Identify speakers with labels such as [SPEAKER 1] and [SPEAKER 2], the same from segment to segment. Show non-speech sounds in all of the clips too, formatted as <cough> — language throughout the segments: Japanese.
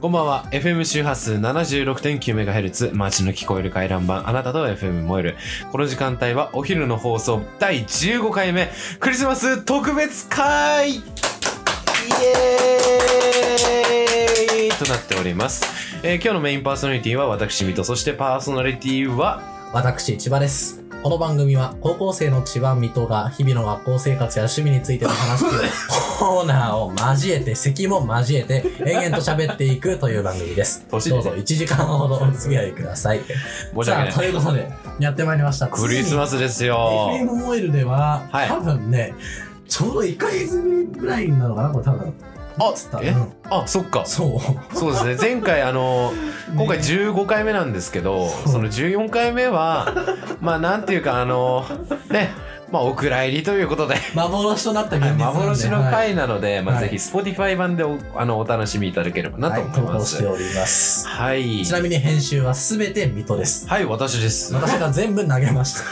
[SPEAKER 1] こんばんは。FM 周波数 76.9MHz、街の聞こえる回覧板、あなたと FM 燃える。この時間帯はお昼の放送第15回目、クリスマス特別会イエーイとなっております。えー今日のメインパーソナリティは私、ミト、そしてパーソナリティは、
[SPEAKER 2] 私、千葉です。この番組は、高校生の千葉水戸が、日々の学校生活や趣味についての話
[SPEAKER 1] <laughs>
[SPEAKER 2] を、コーナーを交えて、席も交えて、延々と喋っていくという番組です。どう
[SPEAKER 1] <laughs> 年
[SPEAKER 2] ぞ
[SPEAKER 1] でね
[SPEAKER 2] 1時間ほどお付き合いください。
[SPEAKER 1] 申し
[SPEAKER 2] さあ、
[SPEAKER 1] 訳
[SPEAKER 2] と
[SPEAKER 1] ない。
[SPEAKER 2] いうことで、やってまいりました。
[SPEAKER 1] クリスマ
[SPEAKER 2] ス。
[SPEAKER 1] スですよ。
[SPEAKER 2] FM モイルでは、
[SPEAKER 1] はい
[SPEAKER 2] 多分ね、ちょうど1ヶ月ぶりぐらいなのかな、これ多分。
[SPEAKER 1] あ
[SPEAKER 2] つった
[SPEAKER 1] え
[SPEAKER 2] うん
[SPEAKER 1] あ、そっか。
[SPEAKER 2] そう。
[SPEAKER 1] そうですね。前回、あの、今回
[SPEAKER 2] ね
[SPEAKER 1] 15回目なんですけど、
[SPEAKER 2] う
[SPEAKER 1] その14回目
[SPEAKER 2] <laughs>
[SPEAKER 1] はまあなんていうかあのねまあお蔵入りということで
[SPEAKER 2] <laughs> 幻となった現実なんで
[SPEAKER 1] 幻の
[SPEAKER 2] はい
[SPEAKER 1] 回なので、まあ、
[SPEAKER 2] は
[SPEAKER 1] ぜ
[SPEAKER 2] い
[SPEAKER 1] ひ Spotify 版でおあのお楽しみいただければなと思い
[SPEAKER 2] はい、投
[SPEAKER 1] ま
[SPEAKER 2] 稿し
[SPEAKER 1] す。
[SPEAKER 2] ております。
[SPEAKER 1] はい、
[SPEAKER 2] ちなみに編集はすべて水戸です。
[SPEAKER 1] はい、私です。
[SPEAKER 2] 私が全部投げま <laughs> した。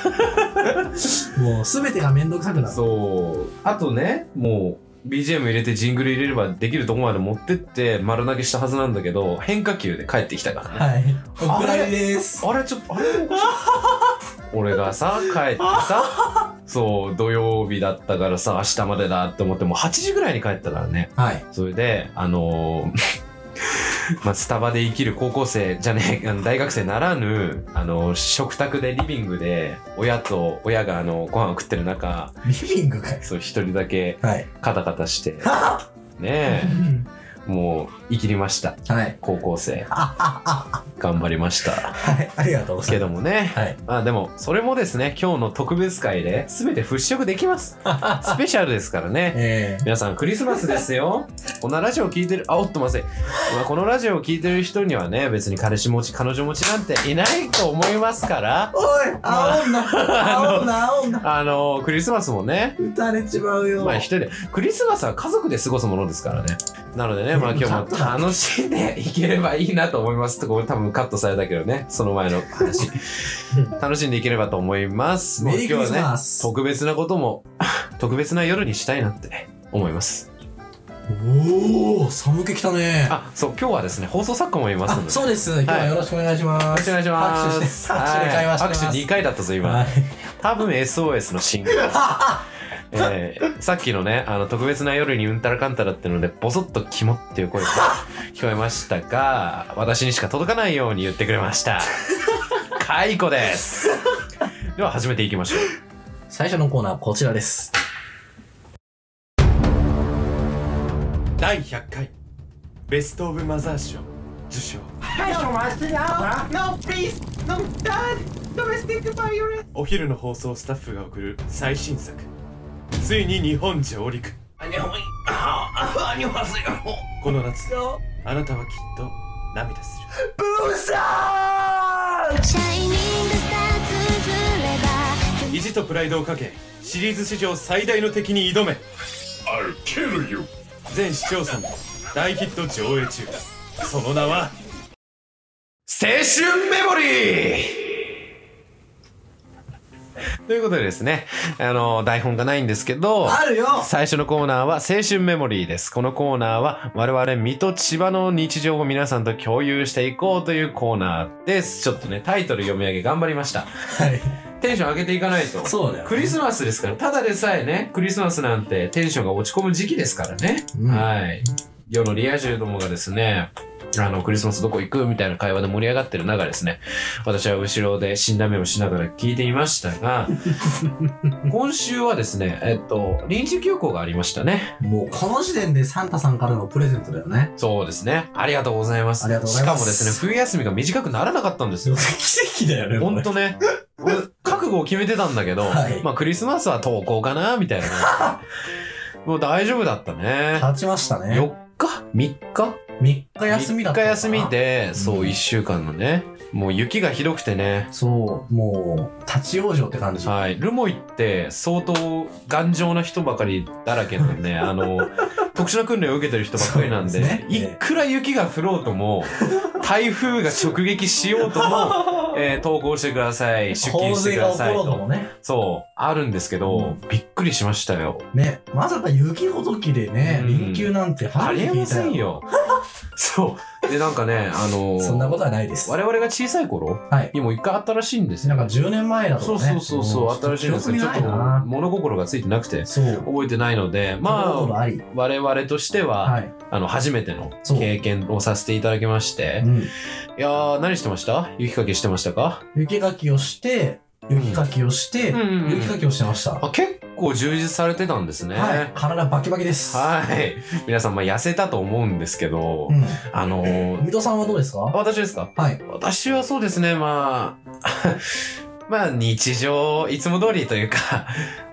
[SPEAKER 2] もうすべてがめんどくさくなる。
[SPEAKER 1] そうあとねもう BGM 入れてジングル入れればできるとこまで持ってって丸投げしたはずなんだけど変化球で帰ってきたからね。
[SPEAKER 2] はい。
[SPEAKER 1] あ
[SPEAKER 2] お
[SPEAKER 1] れ
[SPEAKER 2] 蔵入りです。
[SPEAKER 1] あれちょっとあれおかしい <laughs> 俺がさ帰ってさそう土曜日だったからさ明日までだって思ってもう8時ぐらいに帰ったからね
[SPEAKER 2] はい。
[SPEAKER 1] それであのー <laughs> まあ、スタバで生きる高校生じゃねえあの大学生ならぬあの食卓でリビングで親と親があのご飯を食ってる中
[SPEAKER 2] リビングかい。
[SPEAKER 1] そう一人だけ
[SPEAKER 2] はい。
[SPEAKER 1] カタカタしてねえもう生きりました
[SPEAKER 2] <laughs> はい。
[SPEAKER 1] 高校生
[SPEAKER 2] あああ
[SPEAKER 1] 頑張りました
[SPEAKER 2] あはい。ありがとうござ
[SPEAKER 1] け
[SPEAKER 2] いま
[SPEAKER 1] どもね
[SPEAKER 2] す。はい。
[SPEAKER 1] まあでもそれもですね今日の特別会で全て払拭できます
[SPEAKER 2] <laughs>
[SPEAKER 1] スペシャルですからね
[SPEAKER 2] え
[SPEAKER 1] 皆さんクリスマスですよ <laughs> このラジオを聞いてるあおっとまずい、まあ、このラジオを聞いてる人にはね別に彼氏持ち彼女持ちなんていないと思いますから
[SPEAKER 2] ー、おい煽んな煽んな煽んな
[SPEAKER 1] あのクリスマスもね
[SPEAKER 2] 打たれちまうよ。
[SPEAKER 1] まあ一人でクリスマスは家族で過ごすものですからねなのでねまあ今日も楽しんでいければいいなと思いますとこれ多分カットされたけどねその前の
[SPEAKER 2] <laughs>
[SPEAKER 1] 話楽しんでいければと思いますもう
[SPEAKER 2] メリーク
[SPEAKER 1] 今
[SPEAKER 2] リ
[SPEAKER 1] 日
[SPEAKER 2] ス
[SPEAKER 1] はね
[SPEAKER 2] マス。
[SPEAKER 1] 特別なこと
[SPEAKER 2] <laughs>
[SPEAKER 1] も特別な夜にしたいなって思います
[SPEAKER 2] おお、寒気きたね。
[SPEAKER 1] あそう今日はですね放送作家もいます
[SPEAKER 2] あ
[SPEAKER 1] ので
[SPEAKER 2] そうです。今日はよろしくお願いしま
[SPEAKER 1] 拍手
[SPEAKER 2] す。
[SPEAKER 1] お願いします
[SPEAKER 2] 拍手して拍手で会話してます
[SPEAKER 1] はい、拍手2回だったぞ今、
[SPEAKER 2] はい。
[SPEAKER 1] 多分 SOS の信号、
[SPEAKER 2] <laughs>
[SPEAKER 1] えーさっきのねあの特別な夜にうんたらかんたらってのでボソッと「キモ」っていう声が聞こえましたが私にしか届かないように言ってくれました
[SPEAKER 2] <laughs>
[SPEAKER 1] カイコですでは始めていきましょう
[SPEAKER 2] 最初のコーナーはこちらです。
[SPEAKER 3] 第100回ベスト・オブ・マザー賞受賞
[SPEAKER 4] No mercy now! No peace! No dad! Domestic violence!
[SPEAKER 3] お昼の放送スタッフが送る最新作ついに日本上陸この夏あなたはきっと涙する
[SPEAKER 5] Shining stars
[SPEAKER 3] 意地とプライドをかけシリーズ史上最大の敵に挑め全視聴者の大ヒット上映中その名は
[SPEAKER 1] 青春メモリーということでですね、あの、台本がないんですけど、
[SPEAKER 2] あるよ
[SPEAKER 1] 最初のコーナーは青春メモリーです。このコーナーは我々水戸千葉の日常を皆さんと共有していこうというコーナーです。ちょっとね、タイトル読み上げ頑張りました。
[SPEAKER 2] はい。
[SPEAKER 1] テンション上げていかないと。
[SPEAKER 2] そうだよ。
[SPEAKER 1] クリスマスですから、ただでさえね、クリスマスなんてテンションが落ち込む時期ですからね。
[SPEAKER 2] うん
[SPEAKER 1] はい。世のリア充どもがですね、あの、クリスマスどこ行くみたいな会話で盛り上がってる中ですね、私は後ろで死んだ目をしながら聞いていました
[SPEAKER 2] <laughs>
[SPEAKER 1] が、今週はですね、えっと、臨時休校がありましたね。
[SPEAKER 2] もうこの時点でサンタさんからのプレゼントだよね。
[SPEAKER 1] そうですね。ありがとうございます。
[SPEAKER 2] ありがとうございます
[SPEAKER 1] しかもですね、冬休みが短くならなかったんですよ。
[SPEAKER 2] 奇跡だよね
[SPEAKER 1] ほんとね、俺、覚悟を決めてたんだけど、
[SPEAKER 2] はい
[SPEAKER 1] まあクリスマスは登校かな、みたい
[SPEAKER 2] <laughs>
[SPEAKER 1] な。もう大丈夫だったね。
[SPEAKER 2] 立ちましたね。
[SPEAKER 1] 4日 ?3 日
[SPEAKER 2] 3日休みだったのか
[SPEAKER 1] 3
[SPEAKER 2] な。
[SPEAKER 1] 日休み。で、そうう、
[SPEAKER 2] ん
[SPEAKER 1] 1週間のね、もう雪がひどくてね、
[SPEAKER 2] そう、もう、立ち往生って感じ。
[SPEAKER 1] はい、ルモイって相当頑丈な人ばかりだらけなん
[SPEAKER 2] <laughs>
[SPEAKER 1] で、あの、特殊な訓練を受けてる人ばっかりなんで、
[SPEAKER 2] そうですね
[SPEAKER 1] いくら雪が降ろうと
[SPEAKER 2] <laughs>
[SPEAKER 1] も、台風が直撃しようとも、
[SPEAKER 2] <laughs>
[SPEAKER 1] えー投稿してください、出勤
[SPEAKER 2] 洪
[SPEAKER 1] して
[SPEAKER 2] 水
[SPEAKER 1] く
[SPEAKER 2] が
[SPEAKER 1] だ
[SPEAKER 2] 起こ
[SPEAKER 1] さい
[SPEAKER 2] ろうと
[SPEAKER 1] と。
[SPEAKER 2] もね。
[SPEAKER 1] そう、あるんですけど、
[SPEAKER 2] うん
[SPEAKER 1] びっくりしましたよ。
[SPEAKER 2] ね、まさか雪ごときでね、
[SPEAKER 1] うん
[SPEAKER 2] 連休なんて
[SPEAKER 1] あ
[SPEAKER 2] 初
[SPEAKER 1] り
[SPEAKER 2] めて
[SPEAKER 1] え
[SPEAKER 2] 聞
[SPEAKER 1] ま
[SPEAKER 2] <laughs> いた
[SPEAKER 1] せん。よ。そう。で、なんかね、あのー
[SPEAKER 2] そんなことはないです。
[SPEAKER 1] 我々が小さい頃
[SPEAKER 2] はい。
[SPEAKER 1] にも一回あったらしいんです
[SPEAKER 2] なん
[SPEAKER 1] よ。
[SPEAKER 2] か10年前だと
[SPEAKER 1] そう
[SPEAKER 2] ね。
[SPEAKER 1] そうそうそう、新しいんです
[SPEAKER 2] 記
[SPEAKER 1] けど、ちょ
[SPEAKER 2] 憶
[SPEAKER 1] っ
[SPEAKER 2] に
[SPEAKER 1] と
[SPEAKER 2] ないな。
[SPEAKER 1] 物心がついてなくて、
[SPEAKER 2] そう。
[SPEAKER 1] 覚えてないので、まあ、
[SPEAKER 2] あり。
[SPEAKER 1] 我々としては、
[SPEAKER 2] はい。
[SPEAKER 1] あの、初めての
[SPEAKER 2] そう
[SPEAKER 1] 経験をさせていただきまして、
[SPEAKER 2] うん
[SPEAKER 1] いやー、何してました雪かきしてましたか
[SPEAKER 2] 雪かきをして、雪かきをして、
[SPEAKER 1] うんうんうん
[SPEAKER 2] 雪かきをしてました。
[SPEAKER 1] あ、結構充実されてたんですね。
[SPEAKER 2] はい。体バキバキです。
[SPEAKER 1] はい。皆さん、まあ、痩せたと思うんですけど、
[SPEAKER 2] うん。
[SPEAKER 1] あのー、
[SPEAKER 2] 水戸さんはどうですか
[SPEAKER 1] あ私ですか
[SPEAKER 2] はい。
[SPEAKER 1] 私はそうですね、まあ、 <laughs> まあ、日常、いつも通りというか、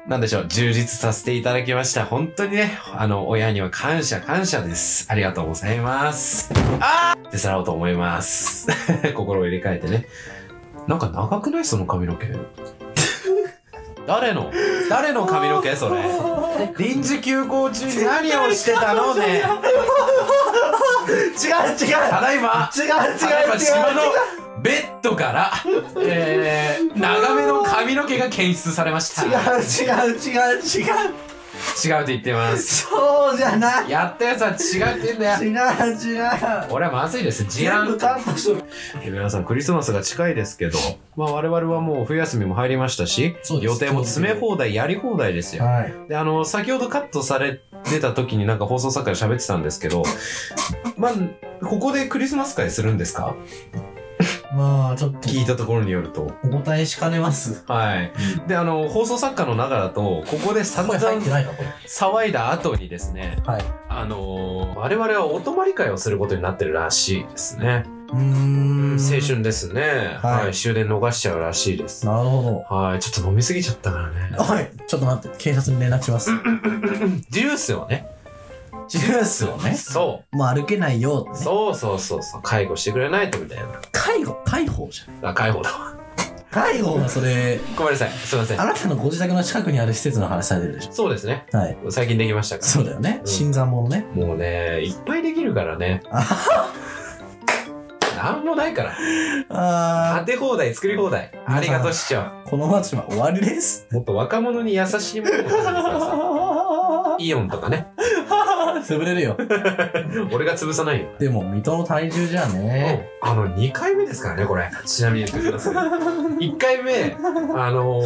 [SPEAKER 1] なんでしょう、充実させていただきました。本当にね、あの、親には感謝、感謝です。ありがとうございます。あーってさらおうと思います。 <laughs> 心を入れ替えてね。なんか長くないその髪の毛。 <laughs> 誰の誰の髪の毛それ。臨時休校中に何をしてたのね。 <laughs>
[SPEAKER 5] 違う違う
[SPEAKER 1] ただいま。
[SPEAKER 5] 違う違
[SPEAKER 1] 例えば
[SPEAKER 5] う違う
[SPEAKER 1] 島のベッドから、えー、長めの髪の毛が検出されました違
[SPEAKER 5] 違う違う違う違う
[SPEAKER 1] うって言ってます
[SPEAKER 5] そうじゃない
[SPEAKER 1] やったやつは違うって言うんだよ
[SPEAKER 5] 違う違う
[SPEAKER 1] 俺はまずいです事
[SPEAKER 5] 全部
[SPEAKER 1] 案
[SPEAKER 5] カットしとく
[SPEAKER 1] 皆さんクリスマスが近いですけど、まあ、我々はもう冬休みも入りましたし
[SPEAKER 2] そうです
[SPEAKER 1] 予定も詰め放題やり放題ですよ
[SPEAKER 2] はい。
[SPEAKER 1] であの先ほどカットされてた時になんか放送作家で喋ってたんですけどまあここでクリスマス会するんですか
[SPEAKER 2] まあ、ちょっと、
[SPEAKER 1] 聞いたところによると
[SPEAKER 2] お答えしかねます。
[SPEAKER 1] はい。で、あの、放送作家の中だと、ここで散
[SPEAKER 2] 声
[SPEAKER 1] 々
[SPEAKER 2] 入ってないか、これ。
[SPEAKER 1] 騒いだ後にですね、
[SPEAKER 2] はい。
[SPEAKER 1] あのー我々はお泊まり会をすることになってるらしいですね。
[SPEAKER 2] うーん
[SPEAKER 1] 青。春ですね。
[SPEAKER 2] はい
[SPEAKER 1] はい。終電逃しちゃうらしいです。
[SPEAKER 2] なるほ
[SPEAKER 1] はい。ちょっと飲みすぎちゃったから
[SPEAKER 2] <laughs>
[SPEAKER 1] ね。
[SPEAKER 2] ど。はい。ちょっと待って、警察に連絡します。
[SPEAKER 1] ジュースをね。
[SPEAKER 2] ジュースをね
[SPEAKER 1] そ
[SPEAKER 2] もう歩けないよ
[SPEAKER 1] う。
[SPEAKER 2] ってね。
[SPEAKER 1] そうそうそうそう。介護してくれないとみたいな。
[SPEAKER 2] 介護、介護じゃん。
[SPEAKER 1] あ、介護だわ。 <laughs>
[SPEAKER 2] 介護がそれ、
[SPEAKER 1] ごめんなさい。すいません
[SPEAKER 2] あ。なたのご自宅の近くにある施設の話されてるでし
[SPEAKER 1] そうですね。
[SPEAKER 2] ょ。はい。
[SPEAKER 1] 最近できましたから。
[SPEAKER 2] そうだよね。
[SPEAKER 1] うん
[SPEAKER 2] 新参者ね。
[SPEAKER 1] もうね、いっぱいできるから
[SPEAKER 2] <laughs>
[SPEAKER 1] ね。なんもないから。
[SPEAKER 2] あ
[SPEAKER 1] 当て放題、作り放題。ありがとう市長。
[SPEAKER 2] ー、この街は終わりです。
[SPEAKER 1] もっと若者に優しいものを食べてくだ
[SPEAKER 2] <laughs>
[SPEAKER 1] さい。イオンとかね。
[SPEAKER 2] 潰れるよ。
[SPEAKER 1] 俺が潰さないよ。
[SPEAKER 2] でも、水戸の体重じゃね。
[SPEAKER 1] あの、2回目ですからね、これ。ちなみに言ってください。1回目、あの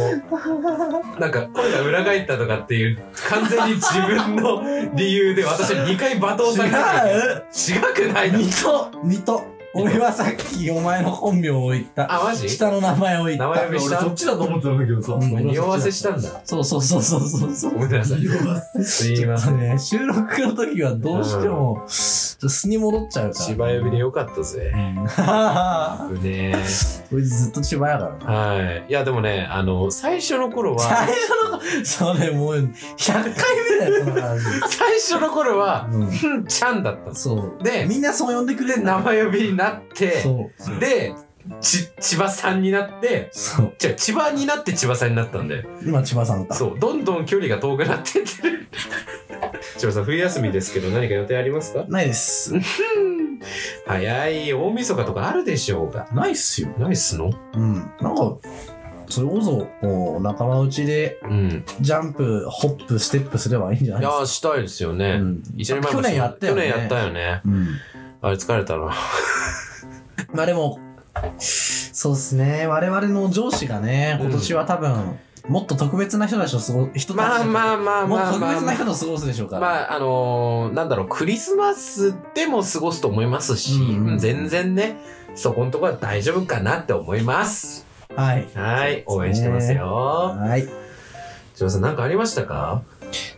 [SPEAKER 1] なんか声が裏返ったとかっていう、完全に自分の理由で私は2回罵倒された。
[SPEAKER 2] 違う
[SPEAKER 1] 違くないの
[SPEAKER 2] 水戸水戸俺はさっきお前の本名を言った。
[SPEAKER 1] あ、マジ
[SPEAKER 2] 下の名前を言った。
[SPEAKER 1] 名前を言
[SPEAKER 5] 俺
[SPEAKER 1] っ
[SPEAKER 5] そっちだと思ってたんだけどさ
[SPEAKER 2] うん俺
[SPEAKER 1] 匂わせ
[SPEAKER 2] そっ
[SPEAKER 1] したんだ。
[SPEAKER 2] ちそうそうそうそうそうそう。
[SPEAKER 1] ごめんなさい。すいません。
[SPEAKER 2] ね、収録の時はどうしても、ちょっと素に戻っちゃうから。
[SPEAKER 1] 芝指でよかったぜ。
[SPEAKER 2] は
[SPEAKER 1] 危ねえ。
[SPEAKER 2] 俺ずっと千葉やからな。
[SPEAKER 1] はい。いや、でもね、あの、最初の頃
[SPEAKER 2] <laughs> 最
[SPEAKER 1] は、
[SPEAKER 2] 初の、それもう、100回目だよ、その話。
[SPEAKER 1] 最初の頃は、
[SPEAKER 2] う
[SPEAKER 1] ふんちゃんだったんで
[SPEAKER 2] ん、
[SPEAKER 1] す。
[SPEAKER 2] そう。
[SPEAKER 1] で
[SPEAKER 2] みんなそう呼んでくれ
[SPEAKER 1] で、
[SPEAKER 2] んだ
[SPEAKER 1] 名前呼びになって、
[SPEAKER 2] そう。
[SPEAKER 1] で、ち、千葉さんになって、
[SPEAKER 2] そう。
[SPEAKER 1] 違う、千葉になって千葉さんになったんで、
[SPEAKER 2] 今、千葉さんだ。
[SPEAKER 1] そう、どんどん距離が遠くなってってる。 <laughs> 千葉さん、冬休みですけど、何か予定ありますか
[SPEAKER 2] ないです。
[SPEAKER 1] 早い、大晦日とかあるでしょうが。
[SPEAKER 2] ないっすよ。
[SPEAKER 1] ないっすの
[SPEAKER 2] うん。なんか、それこそ、もう、仲間内で、
[SPEAKER 1] うん。
[SPEAKER 2] ジャンプ、ホップ、ステップすればいいんじゃない
[SPEAKER 1] い
[SPEAKER 2] で
[SPEAKER 1] や
[SPEAKER 2] すか。
[SPEAKER 1] ー、したいですよね。
[SPEAKER 2] うん
[SPEAKER 1] 一年前
[SPEAKER 2] 去年やったよね
[SPEAKER 1] 去年やったよね。
[SPEAKER 2] うん。
[SPEAKER 1] あれ、疲れた <laughs> な。
[SPEAKER 2] まあでも、そうですね。我々の上司がね、今年は多分、もっと特別な人たちと過ご、人たち
[SPEAKER 1] まあまあ
[SPEAKER 2] あ
[SPEAKER 1] まあ
[SPEAKER 2] もっ
[SPEAKER 1] ま
[SPEAKER 2] と
[SPEAKER 1] あ
[SPEAKER 2] 特
[SPEAKER 1] まあ
[SPEAKER 2] 別
[SPEAKER 1] ま
[SPEAKER 2] な
[SPEAKER 1] あ
[SPEAKER 2] 人。と過ごすでしょうから。
[SPEAKER 1] まああのーなんだろうクリスマスでも過ごすと思いますし、
[SPEAKER 2] うんうん
[SPEAKER 1] 全然ねそこのとこは大丈夫かなって思います
[SPEAKER 2] はい。
[SPEAKER 1] はい応援してますよ
[SPEAKER 2] はい。
[SPEAKER 1] 千葉さん何かありましたか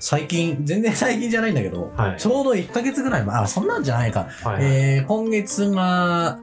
[SPEAKER 2] 最近、全然最近じゃないんだけど、
[SPEAKER 1] はい
[SPEAKER 2] ちょうど1ヶ月ぐらい前、あ、そんなんじゃないか。
[SPEAKER 1] はい、
[SPEAKER 2] えー、今月が、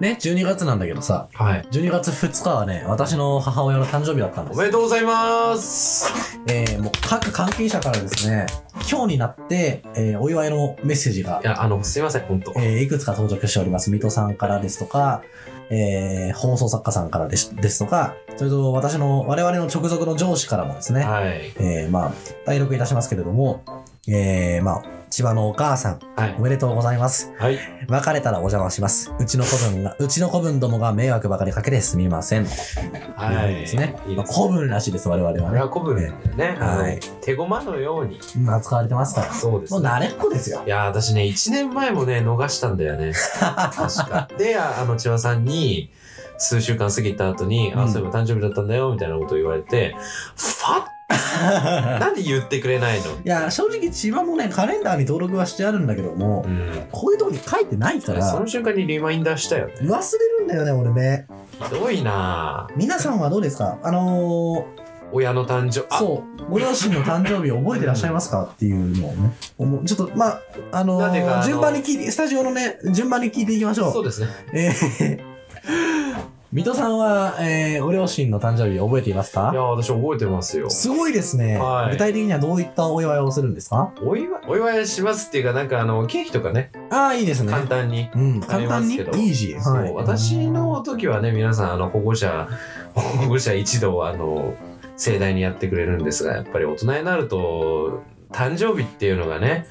[SPEAKER 2] ね、12月なんだけどさ、
[SPEAKER 1] はい
[SPEAKER 2] 12月2日はね、私の母親の誕生日だったんで
[SPEAKER 1] お
[SPEAKER 2] す
[SPEAKER 1] め。でとうございます
[SPEAKER 2] えー、もう各関係者からですね、今日になって、えー、お祝いのメッセージが
[SPEAKER 1] いやあのすいません本当
[SPEAKER 2] えーいくつか到着しております。水戸さんからですとか、えー放送作家さんからですですとか、それと私の、我々の直属の上司からもですね、
[SPEAKER 1] はい
[SPEAKER 2] えーまあ、代読いたしますけれども、えーまあ、千葉のお母さん、
[SPEAKER 1] はい
[SPEAKER 2] お。めでとうございます。
[SPEAKER 1] はい。
[SPEAKER 2] 別れたらお邪魔します。うちの子分が、うちの子分どもが迷惑ばかりかけてすみませ
[SPEAKER 1] は
[SPEAKER 2] ん。とうこと
[SPEAKER 1] い。
[SPEAKER 2] ですね。
[SPEAKER 1] いい
[SPEAKER 2] まあ、
[SPEAKER 1] ですね
[SPEAKER 2] 子分らしいです、我々
[SPEAKER 1] こ
[SPEAKER 2] は
[SPEAKER 1] れ
[SPEAKER 2] ね。
[SPEAKER 1] は古文だよね。
[SPEAKER 2] はい
[SPEAKER 1] あの手駒のように。
[SPEAKER 2] まあ、使われてますから。
[SPEAKER 1] そうです
[SPEAKER 2] もう
[SPEAKER 1] ね。
[SPEAKER 2] 慣れっこですよ。
[SPEAKER 1] いやー、私ね、1年前もね、逃したんだよ <laughs> ね。確か。で、ああの、千葉さんに、数週間過ぎた後に、
[SPEAKER 2] う
[SPEAKER 1] あ、
[SPEAKER 2] ん
[SPEAKER 1] そういえば誕生日だったんだよ、みたいなことを言われ <laughs> て、ファッなんで言ってくれないの
[SPEAKER 2] いや、正直千葉もね、カレンダーに登録はしてあるんだけども
[SPEAKER 1] う、ん。
[SPEAKER 2] こういうとこに書いてないか
[SPEAKER 1] それそ
[SPEAKER 2] ら
[SPEAKER 1] の、瞬間にリマインダーしたよね。
[SPEAKER 2] 忘れるんだよね、俺ね。
[SPEAKER 1] ひどいなぁ
[SPEAKER 2] 皆さんはどうですかあの
[SPEAKER 1] 親の誕生、
[SPEAKER 2] ー、そう、ご両親の誕生日覚えてらっしゃいますかっていうのをね、思うちょっと、まあ、あの
[SPEAKER 1] なんでかあ
[SPEAKER 2] ー、
[SPEAKER 1] の
[SPEAKER 2] 順番に聞いて、スタジオのね、順番に聞いていきましょう。
[SPEAKER 1] そうですね。
[SPEAKER 2] えー、水戸さんは、えー、ご両親の誕生日覚えていま
[SPEAKER 1] い
[SPEAKER 2] すか
[SPEAKER 1] や、私覚えてますよ。
[SPEAKER 2] すごいですね、
[SPEAKER 1] はい
[SPEAKER 2] 具体的にはどういったお祝いをするんですか
[SPEAKER 1] お祝い、お祝いしますっていうか、なんかあの、ケーキとかね、
[SPEAKER 2] ああ、いいですね。
[SPEAKER 1] 簡単に。
[SPEAKER 2] うん、
[SPEAKER 1] あ
[SPEAKER 2] 簡
[SPEAKER 1] りま
[SPEAKER 2] 単
[SPEAKER 1] す
[SPEAKER 2] に
[SPEAKER 1] けど
[SPEAKER 2] イージー。
[SPEAKER 1] そう、
[SPEAKER 2] はい、
[SPEAKER 1] 私の時はね、皆さん、あの、保護者、 <laughs> 保護者一同、あの、盛大にやってくれるんですが、やっぱり大人になると、誕生日っていうのがね、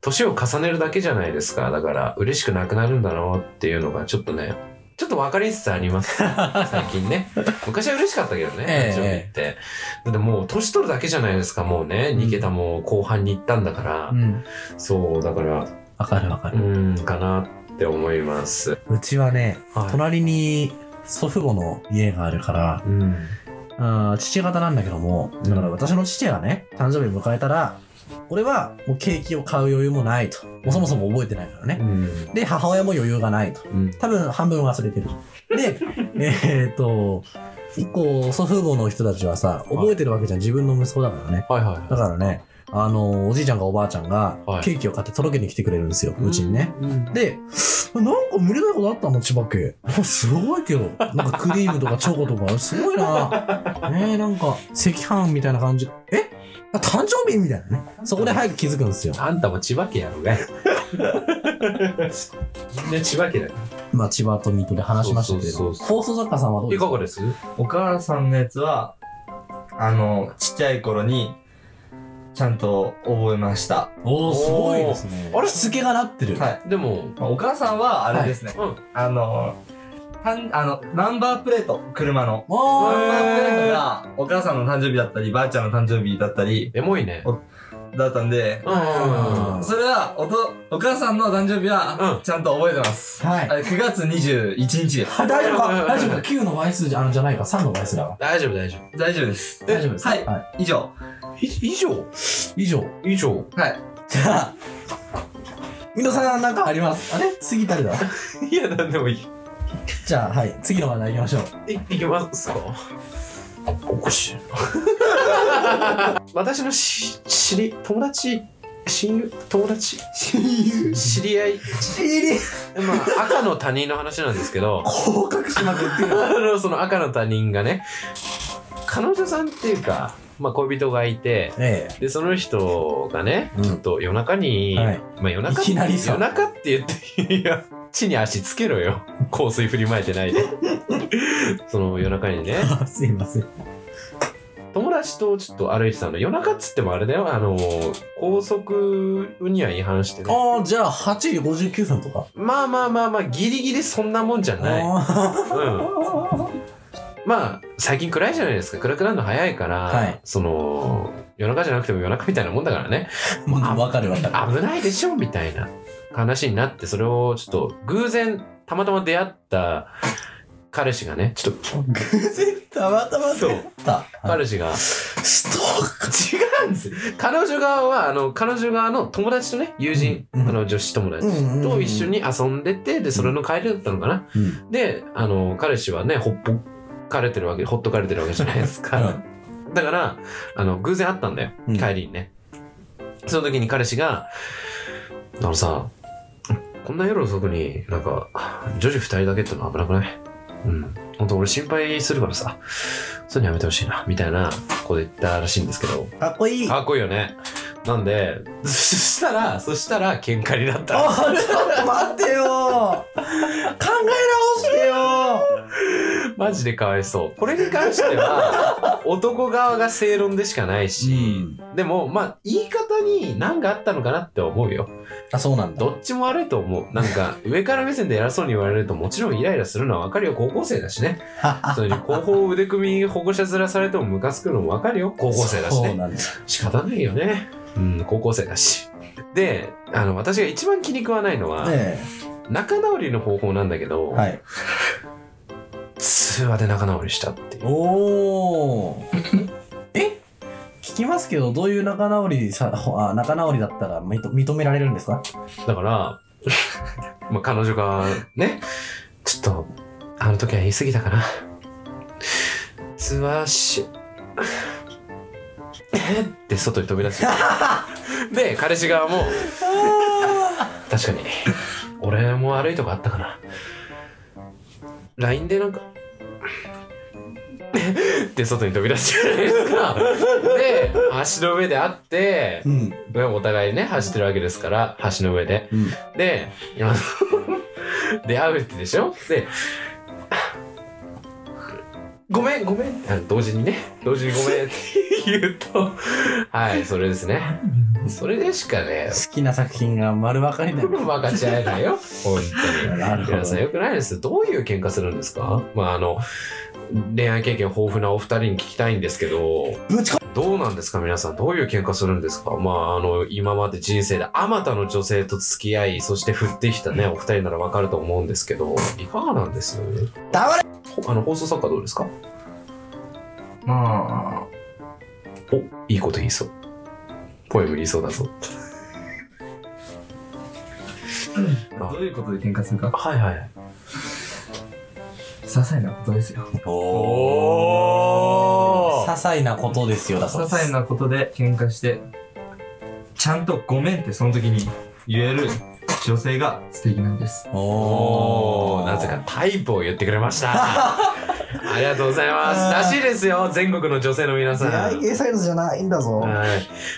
[SPEAKER 1] 年を重ねるだけじゃないですか。だから、嬉しくなくなるんだろうっていうのが、ちょっとね、ちょっと分かりつつあり
[SPEAKER 2] <laughs>
[SPEAKER 1] ます。最近ね。昔は嬉しかったけどね、
[SPEAKER 2] え
[SPEAKER 1] 誕
[SPEAKER 2] え
[SPEAKER 1] 生日って。だってもう、年取るだけじゃないですか、もうね。2桁も後半に行ったんだから。
[SPEAKER 2] うん、
[SPEAKER 1] そう、だから、
[SPEAKER 2] わかるわか
[SPEAKER 1] う
[SPEAKER 2] る。
[SPEAKER 1] ーん、かなって思います。
[SPEAKER 2] うちはね、
[SPEAKER 1] はい。
[SPEAKER 2] 隣に祖父母の家があるから、
[SPEAKER 1] うん
[SPEAKER 2] うん、父方なんだけども、だから私の父がね、誕生日迎えたら、俺はもうケーキを買う余裕もないと。もうそもそも覚えてないからね。で、母親も余裕がないと。
[SPEAKER 1] うん
[SPEAKER 2] 多分半分忘れてる。 <laughs> で、えーっと、一個祖父母の人たちはさ、覚えてるわけじゃん。自分の息子だからね。
[SPEAKER 1] はいはい
[SPEAKER 2] だからね、あの、おじいちゃんかおばあちゃんが
[SPEAKER 1] は、い
[SPEAKER 2] ケーキを買って届けに来てくれるんですよ、うちにね。
[SPEAKER 1] うん
[SPEAKER 2] で、なんか無理ないことあったの千葉家。すごいけど。なんかクリームとかチョコとか、すごいな。ねえ、なんか赤飯みたいな感じ。えあ誕生日みたいなね。そこで早く気づくんですよ。
[SPEAKER 1] あんたも千葉県やろうがいみんな千葉県だよ
[SPEAKER 2] まあ、千葉と水戸で話しましたけれど
[SPEAKER 1] そ
[SPEAKER 2] も。
[SPEAKER 1] うそうそ
[SPEAKER 2] 放送作家さんはどうで
[SPEAKER 1] い
[SPEAKER 2] すか
[SPEAKER 1] かがです
[SPEAKER 5] お母さんのやつは、あの、ちっちゃい頃に、ちゃんと覚えました。
[SPEAKER 2] おー、すごいですね。
[SPEAKER 1] あれ
[SPEAKER 2] しつけがなってる。
[SPEAKER 5] はい。
[SPEAKER 1] でも
[SPEAKER 5] まあお母さんは、あれですね。
[SPEAKER 1] うん
[SPEAKER 5] あの、たん、あの、ナンバープレート、車の。ナ
[SPEAKER 2] あ
[SPEAKER 5] ンバープレートが、お母さんの誕生日だったり、ばあちゃんの誕生日だったり、
[SPEAKER 1] エモいね
[SPEAKER 5] だったんで、
[SPEAKER 1] うんうん
[SPEAKER 5] それは、おと、お母さんの誕生日
[SPEAKER 1] う
[SPEAKER 5] は
[SPEAKER 1] ん、
[SPEAKER 5] ちゃんと覚えてます。
[SPEAKER 2] ーはい。
[SPEAKER 5] あれ9月21日です。
[SPEAKER 2] あ大丈夫
[SPEAKER 1] うんうんう
[SPEAKER 2] か
[SPEAKER 1] ん
[SPEAKER 2] 大丈夫か ?9 の倍数じゃあのじゃないか ?3 の倍数だわ。
[SPEAKER 1] 大丈夫大丈
[SPEAKER 5] 大丈夫です。
[SPEAKER 2] 大丈夫ですか
[SPEAKER 5] はい
[SPEAKER 2] は
[SPEAKER 5] 以上。
[SPEAKER 1] 夫以上
[SPEAKER 2] い。以上。
[SPEAKER 1] 以上
[SPEAKER 5] はい。
[SPEAKER 2] じゃあ、水戸さんなんかありますあれ次誰だ
[SPEAKER 1] いや何でもいい
[SPEAKER 2] じゃあ、はい。次の話題行きましょう。
[SPEAKER 1] いいきますかおかしいな私のし知り友達親友友達親友知り合いまあ赤の他人の話なんですけど
[SPEAKER 2] 降格しまくってる。
[SPEAKER 1] あの、その赤の他人がね、彼女さんっていうか、まあ恋人がいて、
[SPEAKER 2] え
[SPEAKER 1] で、その人がね、
[SPEAKER 2] うん
[SPEAKER 1] ちょっと夜中に、
[SPEAKER 2] はい
[SPEAKER 1] まあ夜中
[SPEAKER 2] いきなりさ
[SPEAKER 1] 夜中って言って、いや、地に足つけろよ。香水振りまいてない
[SPEAKER 2] <laughs>
[SPEAKER 1] で。その夜中にね、
[SPEAKER 2] え。 <laughs> すいません。
[SPEAKER 1] 友達とちょっと歩いてたの。夜中っつってもあれだよ、あの、高速には違反してね。
[SPEAKER 2] ああ、じゃあ、8時59分とか。
[SPEAKER 1] まあまあまあまあ、ギリギリそんなもんじゃない。
[SPEAKER 2] あ
[SPEAKER 1] うん。まあ最近暗いじゃないですか暗くなるの早いから、
[SPEAKER 2] はい
[SPEAKER 1] その夜中じゃなくても夜中みたいなもんだからね
[SPEAKER 2] ーまあ、わかる <laughs> わかる。
[SPEAKER 1] 危ないでしょみたいな話になってそれをちょっと偶然たまたま出会った彼氏がねちょっと
[SPEAKER 2] たまたま
[SPEAKER 1] そう
[SPEAKER 2] た。
[SPEAKER 1] 彼氏が、
[SPEAKER 2] ストーカ
[SPEAKER 1] 違うんですよ彼女側はあの彼女側の友達とね友人、
[SPEAKER 2] うんうん
[SPEAKER 1] あの女子友達
[SPEAKER 2] うんうんうん
[SPEAKER 1] と一緒に遊んでてでそれの帰りだったのかな、
[SPEAKER 2] ー。
[SPEAKER 1] であの彼氏はねほっぽかれてるわけほっとかれてるわけじゃないですか、だからあの偶然会ったんだよ、
[SPEAKER 2] うん
[SPEAKER 1] 帰りにねその時に彼氏が「あのさこんな夜遅くになんか女子二人だけってのは危なくないうん本当俺心配するからさそういうのやめてほしいな」みたいなこと言ったらしいんですけど
[SPEAKER 2] かっこいい。
[SPEAKER 1] かっこいいよねなんでそしたらそしたら喧嘩になった
[SPEAKER 2] あーちょっと待ってよー考え直してよ
[SPEAKER 1] マジでかわいそう。これに関しては、男側が正論でしかないし、でも、まあ、言い方だに何があったのかなって思うよ。
[SPEAKER 2] あ、そうなんだ
[SPEAKER 1] ど。っちも悪いと思う。なん
[SPEAKER 2] <laughs>
[SPEAKER 1] か、上から目線で偉そうに言われると、もちろんイライラするのはわかるよ。高校生だし
[SPEAKER 2] <laughs>
[SPEAKER 1] ね。それに、後方腕組み保護者面されてもムカつくのもわかるよ。高校生だし
[SPEAKER 2] そう
[SPEAKER 1] ね。
[SPEAKER 2] なんだ。
[SPEAKER 1] 仕方ないよね。うん、高校生だし。で、あの、私が一番気に食わないのは、
[SPEAKER 2] ね
[SPEAKER 1] 仲直りの方法なんだけど、
[SPEAKER 2] え。はい。
[SPEAKER 1] 通話で仲直りしたっていう。
[SPEAKER 2] おお。え聞きますけど、どういう仲直りさ、ほあ仲直りだったら認認められるんですか
[SPEAKER 1] だから、まあ、彼女がね、ちょっと、あの時は言い過ぎたかな。通話し、えっって外に飛び出して。で、彼氏側も、確かに、俺も悪いとこあったかな。LINE でなんか、えっって外に飛び出してるじゃないですか。で、橋の上で会って、
[SPEAKER 2] うん。
[SPEAKER 1] ねお互いね、走ってるわけですから、橋の上で。
[SPEAKER 2] うん
[SPEAKER 1] で、あ <laughs> の出会うってでしょで、ごめん、ごめん。あの同時にね、同時にごめんって言うと、はい、それですね。それでしか <laughs> ね、
[SPEAKER 2] 好きな作品が丸分かりだよ。
[SPEAKER 1] 分かち合えないよ。本当に。
[SPEAKER 2] なるほど
[SPEAKER 1] 皆さんよくないです。どういう喧嘩するんですかまあ、あの、恋愛経験豊富なお二人に聞きたいんですけど、
[SPEAKER 2] ぶちこ
[SPEAKER 1] どうなんですか皆さん、どういう喧嘩するんですかまあ、あの、今まで人生で、あまたの女性と付き合い、そして振ってきたね、お二人ならわかると思うんですけど、いかがなんです
[SPEAKER 2] 黙
[SPEAKER 1] れあの、放送作家どうですか
[SPEAKER 5] まあ、
[SPEAKER 1] お、いいこと言いそう。ポエム言いそうだぞ。あ
[SPEAKER 5] どういうことで喧嘩するか、
[SPEAKER 1] はいはい。
[SPEAKER 5] 些細なことですよ。
[SPEAKER 1] お
[SPEAKER 2] 些細なことですよ、だ
[SPEAKER 5] 些
[SPEAKER 2] そうです
[SPEAKER 5] 細なことで喧嘩して、ちゃんとごめんってその時に言える女性が素敵なんです。
[SPEAKER 1] おー、なぜか。タイプを言ってくれました。
[SPEAKER 2] <laughs>
[SPEAKER 1] ありがとうございます。らしいですよ、全国の女性の皆さん。
[SPEAKER 2] サイズじゃないんだぞ
[SPEAKER 1] はい。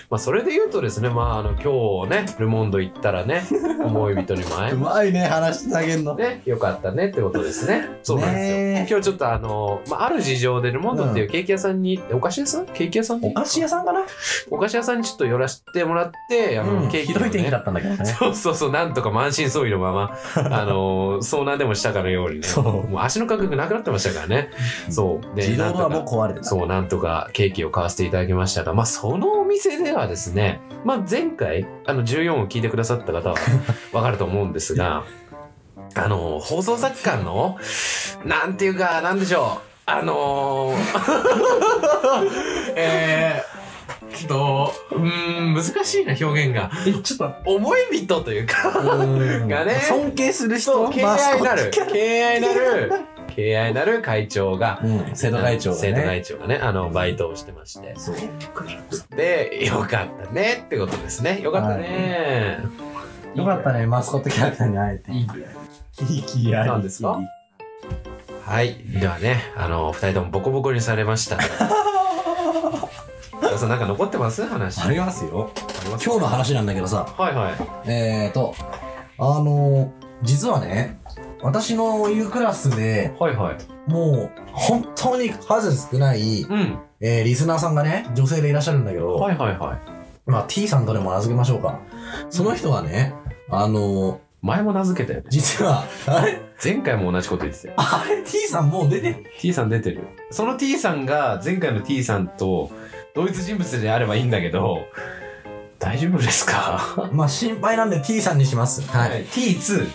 [SPEAKER 1] まあ、それで言うとですね、まあ、あの、今日ね、ルモンド行ったら
[SPEAKER 2] <laughs>
[SPEAKER 1] ね、思い人にも会え
[SPEAKER 2] うまいね、話してあげんの。
[SPEAKER 1] ね、よかったねってことですね。そうなんですよ。
[SPEAKER 2] ねえ
[SPEAKER 1] 今日ちょっとあの、まあ、ある事情でルモンドっていうケーキ屋さんに、お菓子屋さんケーキ屋さん
[SPEAKER 2] お菓子屋さんかな
[SPEAKER 1] お菓子屋さんにちょっと寄らせてもらって、あの、
[SPEAKER 2] うん
[SPEAKER 1] ケーキを
[SPEAKER 2] ひど
[SPEAKER 1] ね
[SPEAKER 2] い天気だったんだけどね。
[SPEAKER 1] そうそうそう、なんとか満身創痍のまま、あの、遭難でもしたかのようにね、
[SPEAKER 2] そう
[SPEAKER 1] もう足の感覚なくなってましたからね。そう。で
[SPEAKER 2] 自動ドア
[SPEAKER 1] なん
[SPEAKER 2] も
[SPEAKER 1] とか
[SPEAKER 2] 壊れてた。
[SPEAKER 1] そう、なんとかケーキを買わせていただきましたが、まあ、そのお店ではですね、まあ、前回、あの、14を聞いてくださった <laughs> 方はわかると思うんですが、あの、放送作家の、なんていうか、なんでしょう、あ <laughs> のーえー、っと、うーん、難しいな、表現が。
[SPEAKER 5] え、ちょっと待っ
[SPEAKER 1] 思い人というか、
[SPEAKER 2] うん
[SPEAKER 1] がね
[SPEAKER 2] 尊敬する人
[SPEAKER 1] そう、敬愛なる <laughs>
[SPEAKER 2] マスコッ、ト
[SPEAKER 1] 敬愛なる、敬愛なる会長が、
[SPEAKER 2] うん、瀬戸会長が
[SPEAKER 1] 生徒
[SPEAKER 2] ね。
[SPEAKER 1] 会長がね、あの、バイトをしてまして。で、よかったねってことですね。よかったね。
[SPEAKER 5] て
[SPEAKER 2] よかったね、マスコットキャラクターに会えて。
[SPEAKER 5] いいぐらい。
[SPEAKER 2] いい気合い
[SPEAKER 1] なんですかはい。ではね、あの、二人ともボコボコにされま <laughs> した。皆さん、なんか残ってます話。
[SPEAKER 2] ありますよ。
[SPEAKER 1] あります
[SPEAKER 2] 今日の話なんだけどさ、
[SPEAKER 1] はいはい。
[SPEAKER 2] えーと、あの、実はね、私のいうクラスで、
[SPEAKER 1] はいはい。
[SPEAKER 2] もう、本当に数少ない、
[SPEAKER 1] うん。
[SPEAKER 2] えー、リスナーさんがね、女性でいらっしゃるんだけど、
[SPEAKER 1] はいはいはい。
[SPEAKER 2] まあ、T さんとでも名付けましょうか。その人はね、あの、
[SPEAKER 1] 前も名付けたよね。
[SPEAKER 2] 実は、あれ
[SPEAKER 1] 前回も同じこと言ってたよ。
[SPEAKER 2] あれ ?T さんもう出てる
[SPEAKER 1] T さん出てるよ。その T さんが、前回の T さんと、同一人物であればいいんだけど、大丈夫ですか
[SPEAKER 2] まあ、心配なんで T さんにします。はい。。
[SPEAKER 1] T2。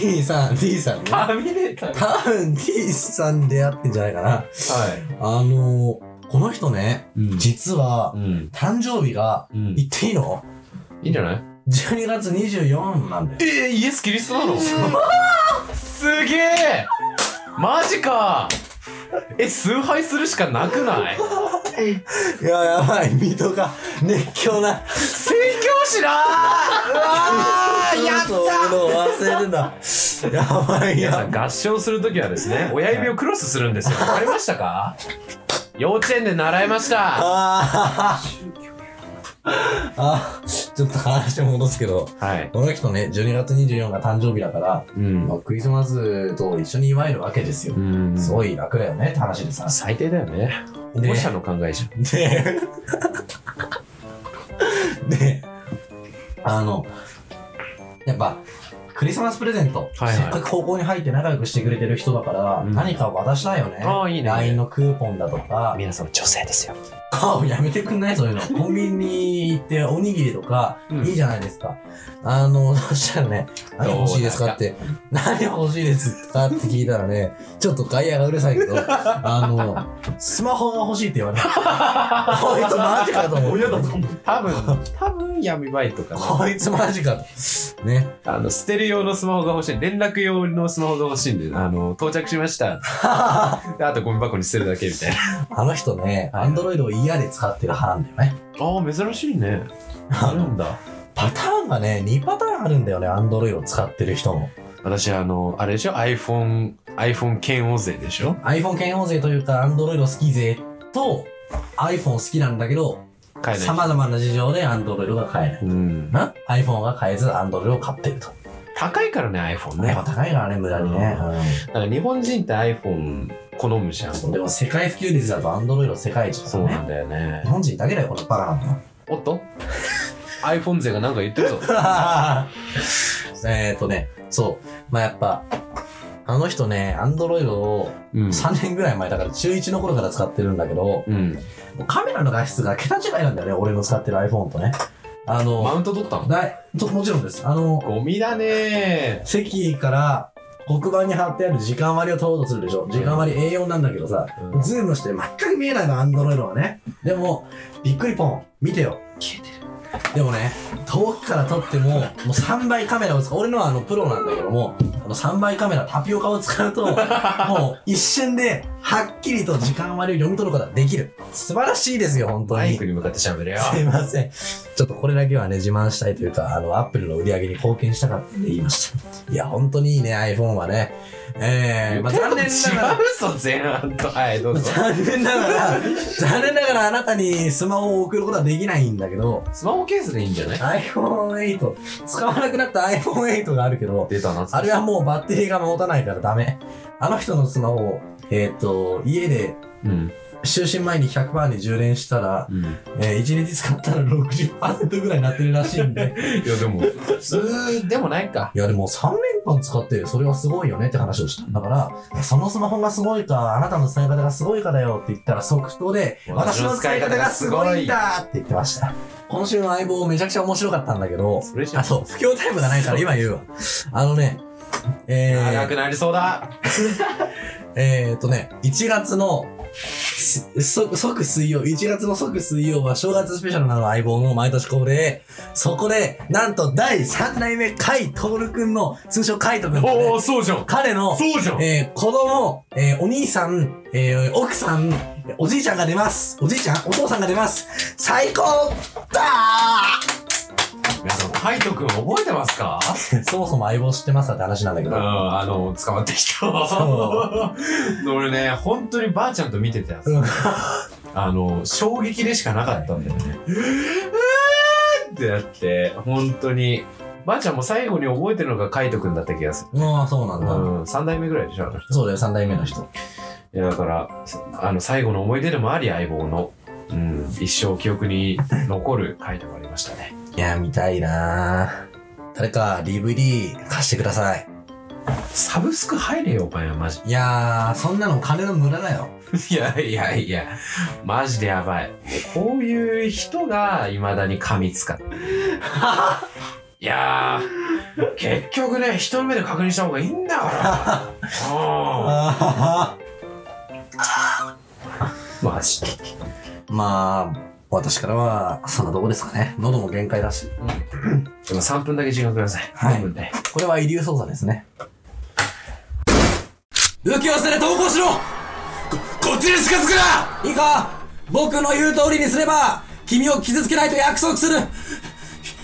[SPEAKER 2] T さん、T さんね。
[SPEAKER 1] ターミネーター。は
[SPEAKER 2] 多分 T さん出会ってんじゃないかな。
[SPEAKER 1] い。
[SPEAKER 2] あの、この人ね、
[SPEAKER 1] うん
[SPEAKER 2] 実は
[SPEAKER 1] う、ん。
[SPEAKER 2] 誕生日が、
[SPEAKER 1] うん。
[SPEAKER 2] 言っていいの
[SPEAKER 1] いいんじゃない
[SPEAKER 2] ?12 月24なんだよ。
[SPEAKER 1] えー、イエス・キリストなのすげえマジかえ、崇拝するしかなく <laughs> ない
[SPEAKER 2] いや、やばい、水戸が熱狂な。
[SPEAKER 1] 宣教師だーうわーやった
[SPEAKER 2] った忘れてた。やばい
[SPEAKER 1] 皆さ
[SPEAKER 2] や
[SPEAKER 1] ん合唱するときはですね、親指をクロスするんですよ。わかりましたか幼稚園で習いました。
[SPEAKER 2] あーあー、ちょっと話戻すけど、
[SPEAKER 1] はい。
[SPEAKER 2] この人ね、12月24が誕生日だから、
[SPEAKER 1] うん
[SPEAKER 2] まあ、。クリスマスと一緒に祝えるわけですよ
[SPEAKER 1] う。ん。
[SPEAKER 2] すごい楽だよねって話でさ。
[SPEAKER 1] 最低だよね。保護者の考えじゃん。
[SPEAKER 2] で、 <laughs> で、あの、やっぱ、クリスマスプレゼント、
[SPEAKER 1] はいはい
[SPEAKER 2] せっかく高校に入って仲良くしてくれてる人だから、
[SPEAKER 1] うん
[SPEAKER 2] 何か渡したいよね。
[SPEAKER 1] ああいいね
[SPEAKER 2] LINE のクーポンだとか、
[SPEAKER 1] 皆さん女性ですよ。
[SPEAKER 2] あやめてくんな
[SPEAKER 1] <laughs>
[SPEAKER 2] いそういうの。コンビニ行っておにぎりとか、
[SPEAKER 1] うん
[SPEAKER 2] いいじゃないですか。あの、 <laughs> そしたらね、何欲しいですかって、何欲しいですかって聞いたらね、ちょっと外野がうるさい
[SPEAKER 1] <laughs>
[SPEAKER 2] けど、あの、スマホが欲しいって言われた。こいつマジかと思って。
[SPEAKER 1] 多分、多分闇バイトかな。
[SPEAKER 2] こいつマジかと。ね。
[SPEAKER 1] <laughs> あの、捨てる用のスマホが欲しい。連絡用のスマホが欲しいんで、あの、到着しました。であとゴミ箱に捨てるだけみたいな。
[SPEAKER 2] あの人ね、アンドロイドを嫌で使ってる派なんだよね。
[SPEAKER 1] <laughs> ああ、珍しいね。あるんだ。
[SPEAKER 2] パターンがね、2パターンあるんだよね、アンドロイドを使ってる人も。
[SPEAKER 1] 私、あの、あれでしょ ?iPhone、iPhone 嫌悪勢でしょ
[SPEAKER 2] iPhone 嫌悪勢というか、Android 好き勢と、iPhone 好きなんだけど、
[SPEAKER 1] 買えない。
[SPEAKER 2] 様々な事情で Android が買えない。
[SPEAKER 1] うん。
[SPEAKER 2] な ?iPhone が買えず Android を買ってると。
[SPEAKER 1] 高いからね、iPhone
[SPEAKER 2] や
[SPEAKER 1] ね
[SPEAKER 2] っ。ぱ高いからね、無駄にね。
[SPEAKER 1] だから日本人って iPhone 好むじゃん。
[SPEAKER 2] うんでも世界普及率だと Android 世界一だ
[SPEAKER 1] そ
[SPEAKER 2] か
[SPEAKER 1] う
[SPEAKER 2] ら
[SPEAKER 1] な
[SPEAKER 2] ね。
[SPEAKER 1] んだよね
[SPEAKER 2] 日。本人だけだよ、このバカなの。
[SPEAKER 1] おっと ?iPhone 勢がなんか言ってるぞ。
[SPEAKER 2] <laughs> えーっとね、そう。まあやっぱ、あの人ね、Android を
[SPEAKER 1] <laughs> うん。
[SPEAKER 2] 3年ぐらい前だから中1の頃から使ってるんだけど、
[SPEAKER 1] うん。
[SPEAKER 2] カメラの画質が桁違いなんだよね、俺の使ってる iPhone とね。あの、
[SPEAKER 1] マウント取ったの
[SPEAKER 2] だいともちろんです。あの、
[SPEAKER 1] ゴミだね
[SPEAKER 2] 席から黒板に貼ってある時間割を取ろうとするでしょ。時間割 A4 なんだけどさ、
[SPEAKER 1] うん
[SPEAKER 2] ズームして全く見えないの、アンドロイドはね。でも、びっくりポン、見てよ。消えてる。でもね、遠くから撮っても、もう3倍カメラを使う。俺のはあの、プロなんだけども、あの3倍カメラ、タピオカを使う
[SPEAKER 1] <laughs>
[SPEAKER 2] と、もう一瞬で、はっきりと時間割を読み取ることができる。素晴らしいですよ、本当
[SPEAKER 1] マイ
[SPEAKER 2] に
[SPEAKER 1] ク。に向かって喋れよ。
[SPEAKER 2] <laughs> すいません。ちょっとこれだけはね、自慢したいというか、あの、アップルの売り上げに貢献したかったんで言いました。いや、本当にいいね、iPhone はね。えー、まあ、残念なが
[SPEAKER 1] 違うぞ、前半と。はい、どう
[SPEAKER 2] ら、
[SPEAKER 1] ぞ。
[SPEAKER 2] <laughs> 残念ながら、残念ながらあなたにスマホを送ることはできないんだけど、
[SPEAKER 1] スマホケースでいいんじゃない
[SPEAKER 2] iPhone8、使わなくなった iPhone8 があるけど、
[SPEAKER 1] 出たな。
[SPEAKER 2] あれはもうバッテリーが持たないからダメ。あの人のスマホを、えっ、と、家で
[SPEAKER 1] うん。
[SPEAKER 2] 就寝前に100%に充電したら、
[SPEAKER 1] うん。い
[SPEAKER 2] えー、1日使ったら60%ぐらいになってるらしいんで、
[SPEAKER 1] や、でも、普通でもないか。
[SPEAKER 2] いやでも3年間使ってそれはすごいよねって話をした。だから、そのスマホがすごいか、あなたの使い方がすごいかだよって言ったら即答で、私
[SPEAKER 1] 私
[SPEAKER 2] の
[SPEAKER 1] の
[SPEAKER 2] 使
[SPEAKER 1] 使
[SPEAKER 2] い
[SPEAKER 1] い
[SPEAKER 2] 方
[SPEAKER 1] 方
[SPEAKER 2] が
[SPEAKER 1] が
[SPEAKER 2] す
[SPEAKER 1] す
[SPEAKER 2] ご
[SPEAKER 1] ご
[SPEAKER 2] い
[SPEAKER 1] い
[SPEAKER 2] んだって言ってました。今週の相棒めちゃくちゃ面白かったんだけど、
[SPEAKER 1] それじゃ
[SPEAKER 2] あ、 <laughs> そう、不況タイムがないから今言うわ。あのね、え
[SPEAKER 1] 長
[SPEAKER 2] ー
[SPEAKER 1] く、なりそうだ。
[SPEAKER 2] えー、とね、1月の、す即、即水曜、1月の即水曜は正月スペシャルなの相棒の毎年恒例、そこで、なんと第3代目甲斐徹くんの、通称海斗くんのね、
[SPEAKER 1] おお、そうじゃん。
[SPEAKER 2] 彼の、
[SPEAKER 1] そうじゃん。
[SPEAKER 2] えー、子供、えー、お兄さん、えー、奥さん、おじいちゃんが出ます。おじいちゃん、お父さんが出ます。最高だ
[SPEAKER 1] 皆さん、カイト君覚えてますか
[SPEAKER 2] ー <laughs> そもそも相棒知ってますかって話なんだけ
[SPEAKER 1] うん、
[SPEAKER 2] ど。
[SPEAKER 1] あの、捕まってきた。
[SPEAKER 2] そ
[SPEAKER 1] <laughs> 俺ね、本当にばあちゃんと見てたやつ
[SPEAKER 2] うん。
[SPEAKER 1] あの、衝撃でしかなかったんだよ <laughs> ね。うーってなって、本当に。ばあちゃんも最後に覚えてるのがカイト君だった気がする。
[SPEAKER 2] ああ、そうなん
[SPEAKER 1] う
[SPEAKER 2] だ。
[SPEAKER 1] ん、3代目ぐらいでしょ、あの人。
[SPEAKER 2] そうだよ、3代目の人。
[SPEAKER 1] いやだからあの最後の思い出でもあり相棒の、うん、一生記憶に残る回でもありましたね
[SPEAKER 2] いや、見たいなー誰か DVD 貸してください。
[SPEAKER 1] サブスク入れよお前はマジ
[SPEAKER 2] いやー、そんなの金の無駄だよ。
[SPEAKER 1] <laughs> いやいやいやマジでやばいこういう人がいまだに噛みつ
[SPEAKER 2] <laughs>
[SPEAKER 1] かいやー結局ね人の目で確認した方がいいんだから
[SPEAKER 2] <laughs> あ
[SPEAKER 1] うんマジで
[SPEAKER 2] まあ、私からは、そんなとこですかね。喉も限界だし。
[SPEAKER 1] でも3分だけ時間ください、
[SPEAKER 2] はい
[SPEAKER 1] 5分で
[SPEAKER 2] これは遺留捜査ですね。浮世捨てで投稿しろこ、こっちに近づくないいか僕の言う通りにすれば、君を傷つけないと約束する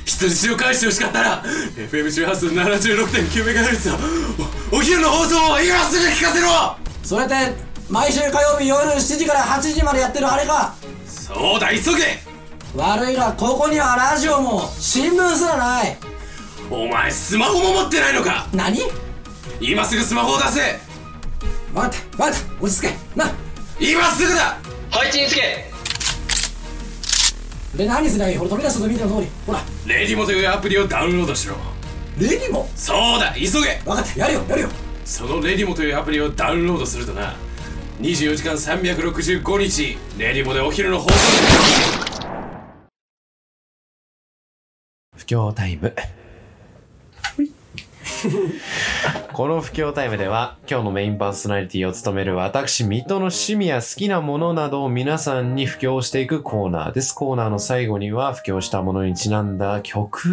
[SPEAKER 3] 人質を返してほしかったら FM 周波数 76.9MHz おお昼の放送を今すぐ聞かせろ
[SPEAKER 2] それで、毎週火曜日夜7時から8時までやってるあれか
[SPEAKER 3] そうだ急げ
[SPEAKER 2] 悪いが、ここにはラジオも、新聞すらない
[SPEAKER 3] お前スマホも持ってないのか
[SPEAKER 2] 何
[SPEAKER 3] 今すぐスマホを出せ
[SPEAKER 2] わかった、わかった、落ち着けな
[SPEAKER 3] 今すぐだ
[SPEAKER 6] 配置につけ
[SPEAKER 2] で何すりゃいいほら飛び出したぞ見ての通りほら
[SPEAKER 3] レディモというアプリをダウンロードしろ
[SPEAKER 2] レディも
[SPEAKER 3] そうだ急げ
[SPEAKER 2] 分かったやるよやるよ
[SPEAKER 3] そのレディモというアプリをダウンロードするとな24時間365日レディモでお昼の放送
[SPEAKER 1] 不況タイム。この不況タイムでは今日のメインパーソナリティを務める私、水戸の趣味や好きなものなどを皆さんに布教していくコーナーです。コーナーの最後には布教したものにちなんだ曲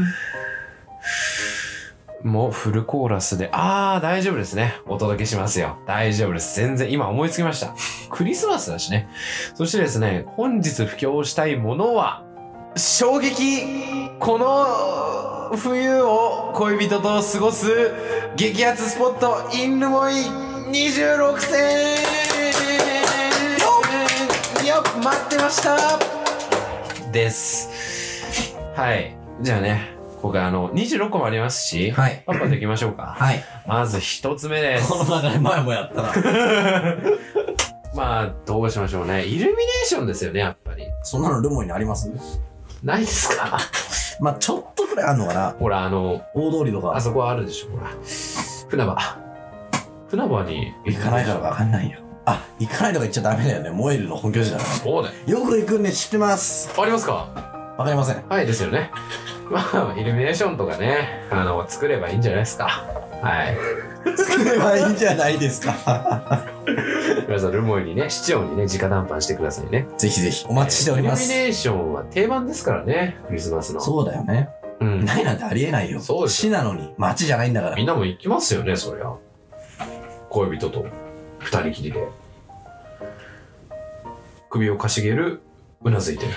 [SPEAKER 1] もフルコーラスで、あー大丈夫ですね。お届けしますよ。大丈夫です。全然今思いつきました。クリスマスだしね。そしてですね、本日布教したいものは、衝撃この冬を恋人と過ごす激アツスポットインルモイ26選よっ待ってましたですはいじゃあねここがあの26個もありますし、
[SPEAKER 2] はい
[SPEAKER 1] パッパといきましょうか
[SPEAKER 2] <laughs> はい
[SPEAKER 1] まず一つ目です
[SPEAKER 2] この流れ前もやったな
[SPEAKER 1] まあどうしましょうねイルミネーションですよねやっぱり
[SPEAKER 2] <laughs> そんなのルモイにあります
[SPEAKER 1] ないですか
[SPEAKER 2] まあちょっとくらいあんのかな
[SPEAKER 1] ほらあの
[SPEAKER 2] 大通りと
[SPEAKER 1] あ
[SPEAKER 2] か
[SPEAKER 1] そこはあるでしょ、ほら。船場。船場に
[SPEAKER 2] 行かないからわかんないよあ行かないとか言っちゃダメだよねモエルの本拠地だか
[SPEAKER 1] そうだよ。
[SPEAKER 2] らよく行くんで知ってます
[SPEAKER 1] ありますか
[SPEAKER 2] わかりま <laughs> せん
[SPEAKER 1] はい、ですよね。まあ、イルミネーションとかね、あの、作ればいいんじゃないですか。はい。
[SPEAKER 2] 作ればいいんじゃないですか
[SPEAKER 1] 皆さん、ルモイにね、市長にね、直談判してくださいね。
[SPEAKER 2] <laughs> ぜひぜひお待ちしておりま
[SPEAKER 1] イ
[SPEAKER 2] す、
[SPEAKER 1] ルミネーションは定番ですからね、クリスマスの。
[SPEAKER 2] そうだよね
[SPEAKER 1] うん。
[SPEAKER 2] ないなんてありえないよ
[SPEAKER 1] そうです
[SPEAKER 2] 市なのに町じゃないんだから
[SPEAKER 1] みんなも行きますよね、そりゃ。恋人と二人きりで。首をかしげる、うなずいてる。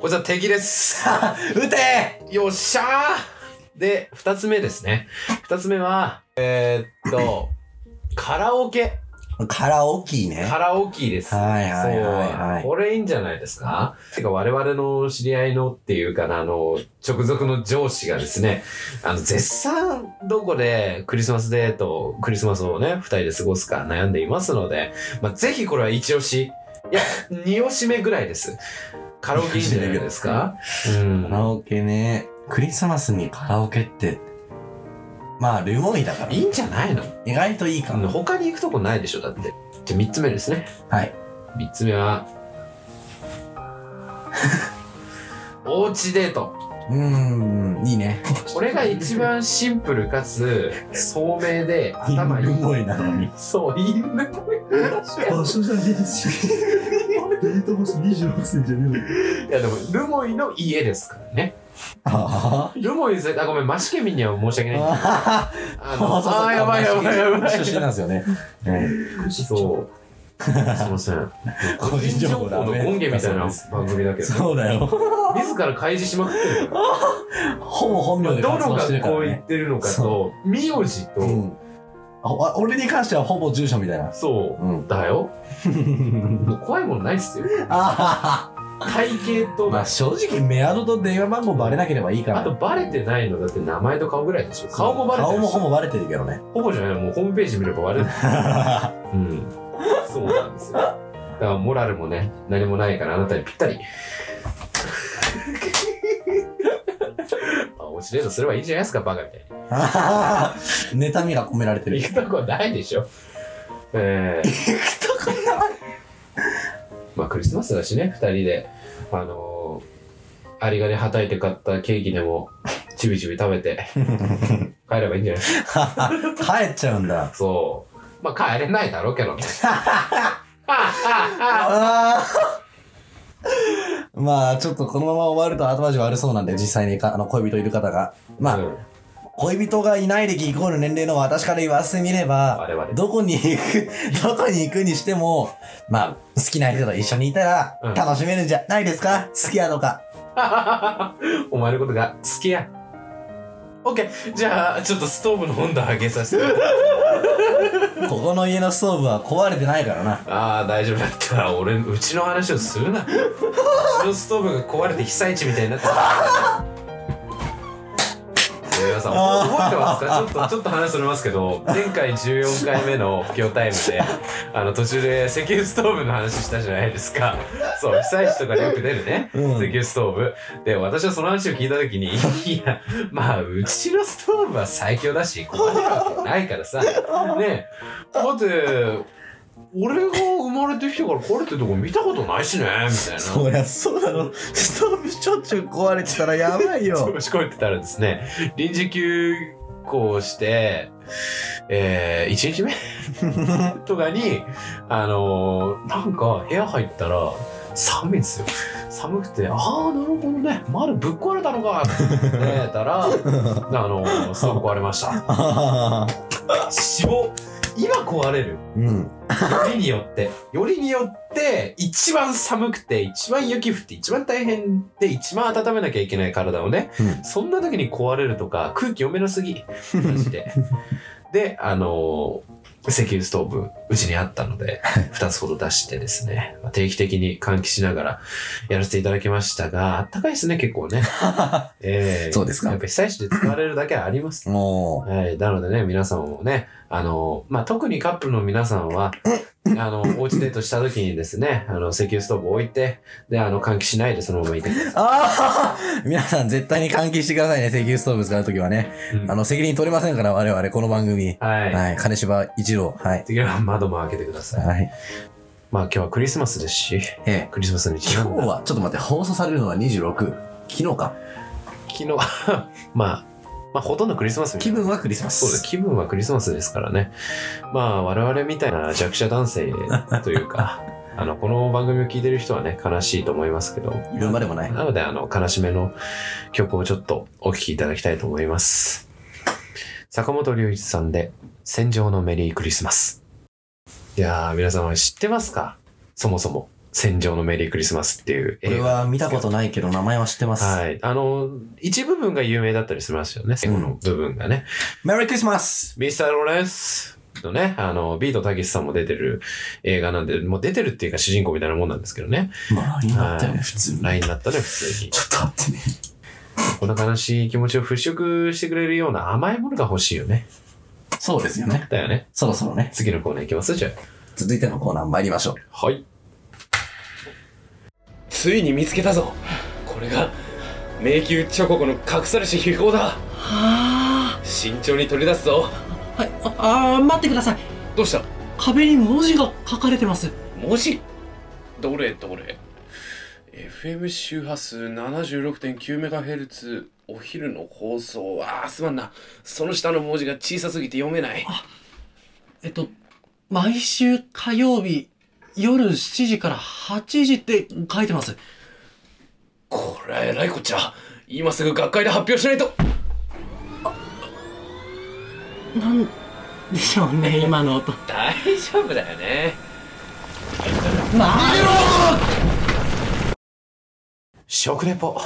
[SPEAKER 1] こいつは敵です。 <laughs>
[SPEAKER 2] 撃て
[SPEAKER 1] よっしゃーで、二つ目ですね。二つ目は、えー、っと、カラオケ。
[SPEAKER 2] カラオケね
[SPEAKER 1] カラオケです。
[SPEAKER 2] はいはいはいはい
[SPEAKER 1] そう。これいいんじゃないですかてか、我々の知り合いのっていうかな、あの、直属の上司がですね、あの、絶賛どこでクリスマスデート、クリスマスをね、二人で過ごすか悩んでいますので、まあ、ぜひこれは一押し。いや、二押し目ぐらいです。カラオケいいんじゃないですかうん
[SPEAKER 2] カラオケね。クリスマスにカラオケって、まあ、ルモイだから、
[SPEAKER 1] いいんじゃないの
[SPEAKER 2] 意外といいかも。
[SPEAKER 1] 他に行くとこないでしょだってじゃあ3つ目ですね
[SPEAKER 2] はい
[SPEAKER 1] 3つ目
[SPEAKER 2] <laughs>
[SPEAKER 1] はおうちデート
[SPEAKER 2] うーん、いいね。
[SPEAKER 1] これが一番シンプルかつ聡明で頭いい
[SPEAKER 2] ルモイなのに。
[SPEAKER 1] そういいね
[SPEAKER 5] 場所じゃねえし。デートボス26歳じゃね
[SPEAKER 1] い
[SPEAKER 5] え
[SPEAKER 1] やでもルモイの家ですからね
[SPEAKER 2] あ
[SPEAKER 1] ルモイですあごめんマシケミンには申し訳ない
[SPEAKER 2] あ
[SPEAKER 1] あ
[SPEAKER 2] ー、そうそうそう
[SPEAKER 1] あーやばいやばいやばい
[SPEAKER 2] 出身なんですよね。
[SPEAKER 1] そうすいません個人情報の権限みたいな番組だけど
[SPEAKER 2] そうだよ。
[SPEAKER 1] 自ら開示しまくってるから
[SPEAKER 2] ほぼ本名で
[SPEAKER 1] どの
[SPEAKER 2] 活動して
[SPEAKER 1] 学
[SPEAKER 2] るから
[SPEAKER 1] 校行
[SPEAKER 2] ね
[SPEAKER 1] っ。てるのかと
[SPEAKER 2] そ、
[SPEAKER 1] 名字と、
[SPEAKER 2] うん。あわ俺に関してはほぼ住所みたいな。
[SPEAKER 1] そう、
[SPEAKER 2] うん。
[SPEAKER 1] だ
[SPEAKER 2] <laughs>
[SPEAKER 1] よ。もう怖いものないっすよ。
[SPEAKER 2] あ
[SPEAKER 1] 体型
[SPEAKER 2] あ、
[SPEAKER 1] と、
[SPEAKER 2] まあ正直メアドと電話番号バレなければいいか
[SPEAKER 1] あと
[SPEAKER 2] ら。
[SPEAKER 1] バレてないのだって名前と顔ぐらいでしょ。顔もバレてるし
[SPEAKER 2] 顔もほぼバレてるけ
[SPEAKER 1] <laughs>
[SPEAKER 2] どね。
[SPEAKER 1] ほぼじゃないの、もうホームページ見ればバ <laughs> レる。うん。そうなんですよ。だからモラルもね、何もないからあなたにぴった <laughs> り。あ、落ちレートすればいいじゃないですか、バカみたいに。
[SPEAKER 2] あー妬みが込められてる。
[SPEAKER 1] 行くとこないでしょ。ええ行くとこない。まあクリスマスだしね、二人で、あのー、有り金はたいて買ったケーキでも、ちびちび食べて、帰ればいいんじゃない
[SPEAKER 2] <laughs> 帰っちゃうんだ。
[SPEAKER 1] そう。まあ帰れないだろうけどね。
[SPEAKER 2] ああ <laughs> まあ、ちょっとこのまま終わると後味悪そうなんで、実際にかあの恋人いる方が。まあ、
[SPEAKER 1] うん
[SPEAKER 2] 恋人がいない歴イコール年齢の私から言わせてみれば
[SPEAKER 1] 我、々。
[SPEAKER 2] どこに行く、 <laughs> どこに行くにしても、まあ、好きな人と一緒にいたら
[SPEAKER 1] うん
[SPEAKER 2] 楽しめるんじゃないですか、好きやとか。
[SPEAKER 1] お前のことが好きや。オッケー。じゃあ、ちょっとストーブの温度上げさせて。
[SPEAKER 2] ここの家のストーブは壊れてないからな。
[SPEAKER 1] ああ大丈夫だったら俺うちの話をするなうちのストーブが壊れて被災地みたいになったですね皆さん覚えてますかちょっとちょっと話それますけど前回14回目の布教タイムであの途中で石油ストーブの話したじゃないですかそう被災地とかでよく出るね、石油ストーブで私はその話を聞いた時にいやまあうちのストーブは最強だし壊れるわけないからさねえだって俺が生まれてきてから壊れてるとこ見たことないしねみたいな
[SPEAKER 6] そりゃそうだろ。ストーブしょっちゅう壊れてたらやばいよ。
[SPEAKER 1] 調子こいてたらですね、臨時休校して、えー、1日目とかに、あのーなんか部屋入ったら、寒いんですよ。寒くて、ああ、なるほどね。窓ぶっ壊れたのかって言ったら、あのー、すぐ壊れました。死亡。今壊れる。
[SPEAKER 6] <laughs> うん。
[SPEAKER 1] よりによって、よりによって、一番寒くて、一番雪降って、一番大変で、一番温めなきゃいけない体をね、
[SPEAKER 6] うん
[SPEAKER 1] そんな時に壊れるとか、空気読めなすぎ、マジ
[SPEAKER 6] <laughs>
[SPEAKER 1] で。で、あのー石油ストーブ、うちにあったので、2つほど出してですね、まあ定期的に換気しながらやらせていただきましたが、あったかいですね、結
[SPEAKER 6] <laughs>
[SPEAKER 1] 構ね。えー
[SPEAKER 6] そうですか
[SPEAKER 1] やっぱ被災地で使われるだけはあります
[SPEAKER 6] も
[SPEAKER 1] はい、なのでね、皆さんもね、あの、まあ、特にカップルの皆さん
[SPEAKER 6] <laughs>
[SPEAKER 1] は、あの、おうちデートした時にですね、あの、石油ストーブ置いて、で、あの、換気しないでそのままいてくだ
[SPEAKER 6] う。
[SPEAKER 1] さ
[SPEAKER 6] ああ皆さん絶対に換気してくださいね、石油ストーブ使うときはね。
[SPEAKER 1] い。うん
[SPEAKER 6] あの、責任取れませんから、我々、この番組。
[SPEAKER 1] はい。
[SPEAKER 6] はい。金柴一郎。はい。
[SPEAKER 1] できれば窓も開けてください。
[SPEAKER 6] はい。
[SPEAKER 1] まあ、今日はクリスマスですし、
[SPEAKER 6] ええ。
[SPEAKER 1] クリスマスに
[SPEAKER 6] 今日は、ちょっと待って、放送されるのは26。昨日か。
[SPEAKER 1] 昨日、まあ、 <laughs> まあ、ほとんどクリスマスみた
[SPEAKER 6] 気
[SPEAKER 1] いな
[SPEAKER 6] 分はクリスマス。
[SPEAKER 1] そうです。気分はクリスマスですからね。まあ、我々みたいな弱者男性という
[SPEAKER 6] <laughs>
[SPEAKER 1] か、あの、この番組を聞いてる人はね、悲しいと思いますけど、
[SPEAKER 6] 言うまでもない。
[SPEAKER 1] なので、あの、悲しめの曲をちょっとお聴きいただきたいと思います。坂本龍一さんで、戦場のメリークリスマス。いやー、皆様知ってますかそもそも、戦場のメリークリスマスっていう
[SPEAKER 6] 俺
[SPEAKER 1] 映画。
[SPEAKER 6] は見たことないけど、名前は知ってます。
[SPEAKER 1] はい。あの、一部分が有名だったりしますよね。最後の部分がね。
[SPEAKER 6] メリークリスマス
[SPEAKER 1] ミスターローレンスのね、あの、ビートたけしさんも出てる映画なんで、もう出てるっていうか主人公みたいなもんなんですけどね。
[SPEAKER 6] まあ、今って
[SPEAKER 1] はい
[SPEAKER 6] 普通に。
[SPEAKER 1] ラインになったね、普通に。
[SPEAKER 6] ちょっと待ってね。
[SPEAKER 1] こんな悲しい気持ちを払拭してくれるような甘いものが欲しいよね。
[SPEAKER 6] そうですよね。
[SPEAKER 1] だよね。
[SPEAKER 6] そろそろね。
[SPEAKER 1] 次のコーナー行きますじゃ
[SPEAKER 6] 続いてのコーナー参りましょう。
[SPEAKER 1] あ。はい。
[SPEAKER 3] ついに見つけたぞこれが迷宮チョココの隠されし秘宝だ
[SPEAKER 7] あ
[SPEAKER 3] 慎重に取り出すぞ
[SPEAKER 7] ーはいああー待ってください
[SPEAKER 3] どうした
[SPEAKER 7] 壁に文字が書かれてます
[SPEAKER 3] 文字どれどれ FM 周波数 76.9MHz お昼の放送はすまんなその下の文字が小さすぎて読めない
[SPEAKER 7] えっと毎週火曜日夜7時から8時って書いてます
[SPEAKER 3] これはえらいこっちゃ今すぐ学会で発表しないと
[SPEAKER 7] なんでしょうね今の音
[SPEAKER 3] 大丈夫だよね
[SPEAKER 1] 食レポ。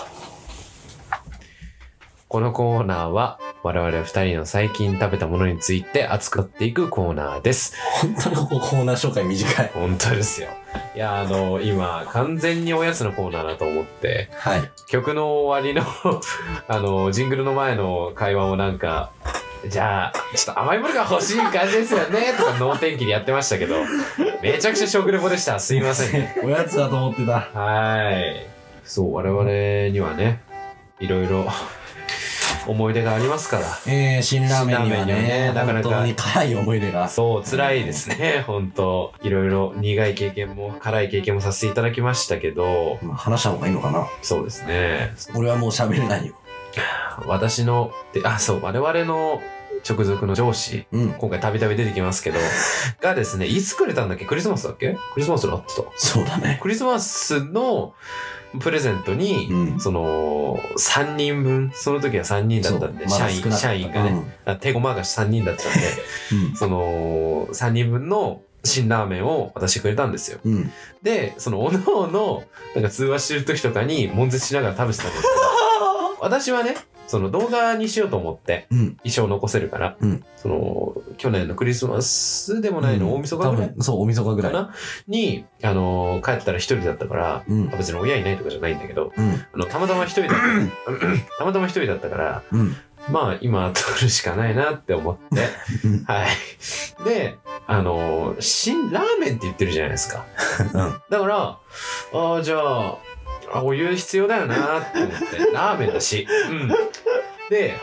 [SPEAKER 1] このコーナーは、我々二人の最近食べたものについて熱くなっていくコーナーです。
[SPEAKER 6] 本当にここコーナー紹介短い。
[SPEAKER 1] 本当ですよ。いや、あの、今、完全におやつのコーナーだと思って、
[SPEAKER 6] はい。
[SPEAKER 1] 曲の終わりの、 <laughs> あの、ジングルの前の会話をなんか、じゃあ、ちょっと甘いものが欲しい感じですよね、とか脳天気にやってましたけど、めちゃくちゃ食レポでした。すいませんね。
[SPEAKER 6] おやつだと思ってた。
[SPEAKER 1] はい。そう、我々にはね、いろいろ思い出がありますから。
[SPEAKER 6] えー、辛ラーメンに
[SPEAKER 1] 辛
[SPEAKER 6] は
[SPEAKER 1] ラーメンにはね
[SPEAKER 6] ね、
[SPEAKER 1] なかな
[SPEAKER 6] 本
[SPEAKER 1] か
[SPEAKER 6] 当に辛い思い出が。
[SPEAKER 1] そう、辛いですね、本当いろいろ苦い経験も、辛い経験もさせていただきましたけど、
[SPEAKER 6] まあ、話した方がいいのかな。
[SPEAKER 1] そうですね。
[SPEAKER 6] 俺はもう喋れないよ。
[SPEAKER 1] 私の、であ、そう、我々の直属の上司、
[SPEAKER 6] うん。
[SPEAKER 1] 今回たびたび出てきますけ
[SPEAKER 6] <laughs>
[SPEAKER 1] ど、がですね、いつくれたんだっけクリスマスだっけクリスマスだってた。
[SPEAKER 6] そうだね。
[SPEAKER 1] クリスマスのプレゼントに、
[SPEAKER 6] うん。
[SPEAKER 1] その、3人分、その時は3人だったんで、
[SPEAKER 6] そう
[SPEAKER 1] 社
[SPEAKER 6] まだ少
[SPEAKER 1] 員、
[SPEAKER 6] なかった
[SPEAKER 1] 社員がね、あ手駒が3人だったん
[SPEAKER 6] <laughs>
[SPEAKER 1] で、その、3人分の辛ラーメンを渡してくれたんですよ。
[SPEAKER 6] うん。うん。
[SPEAKER 1] で、その、おのおの、なんか通話してる時とかに、悶絶しながら食べてたんですけ
[SPEAKER 6] <laughs>
[SPEAKER 1] ど、私はね、その動画にしようと思って、
[SPEAKER 6] うん。
[SPEAKER 1] 衣装残せるから、
[SPEAKER 6] うん
[SPEAKER 1] その、去年のクリスマスでもないの、大晦日
[SPEAKER 6] 多
[SPEAKER 1] ぐらい
[SPEAKER 6] 分、そう、大晦日ぐ
[SPEAKER 1] から
[SPEAKER 6] い。
[SPEAKER 1] なに、あのー帰ったら一人だったから、
[SPEAKER 6] うん。
[SPEAKER 1] 別に親いないとかじゃないんだけど、
[SPEAKER 6] うん。 <laughs>
[SPEAKER 1] あの、たまたま一人だった、たまたま一人だったから、
[SPEAKER 6] うん。
[SPEAKER 1] まあ今取るしかないなって思って、はい。で、あの、新ラーメンって言ってるじゃないですか。だから、ああ、じゃあ、あお湯必要だよなって思って、ラーメンだし、うん。で、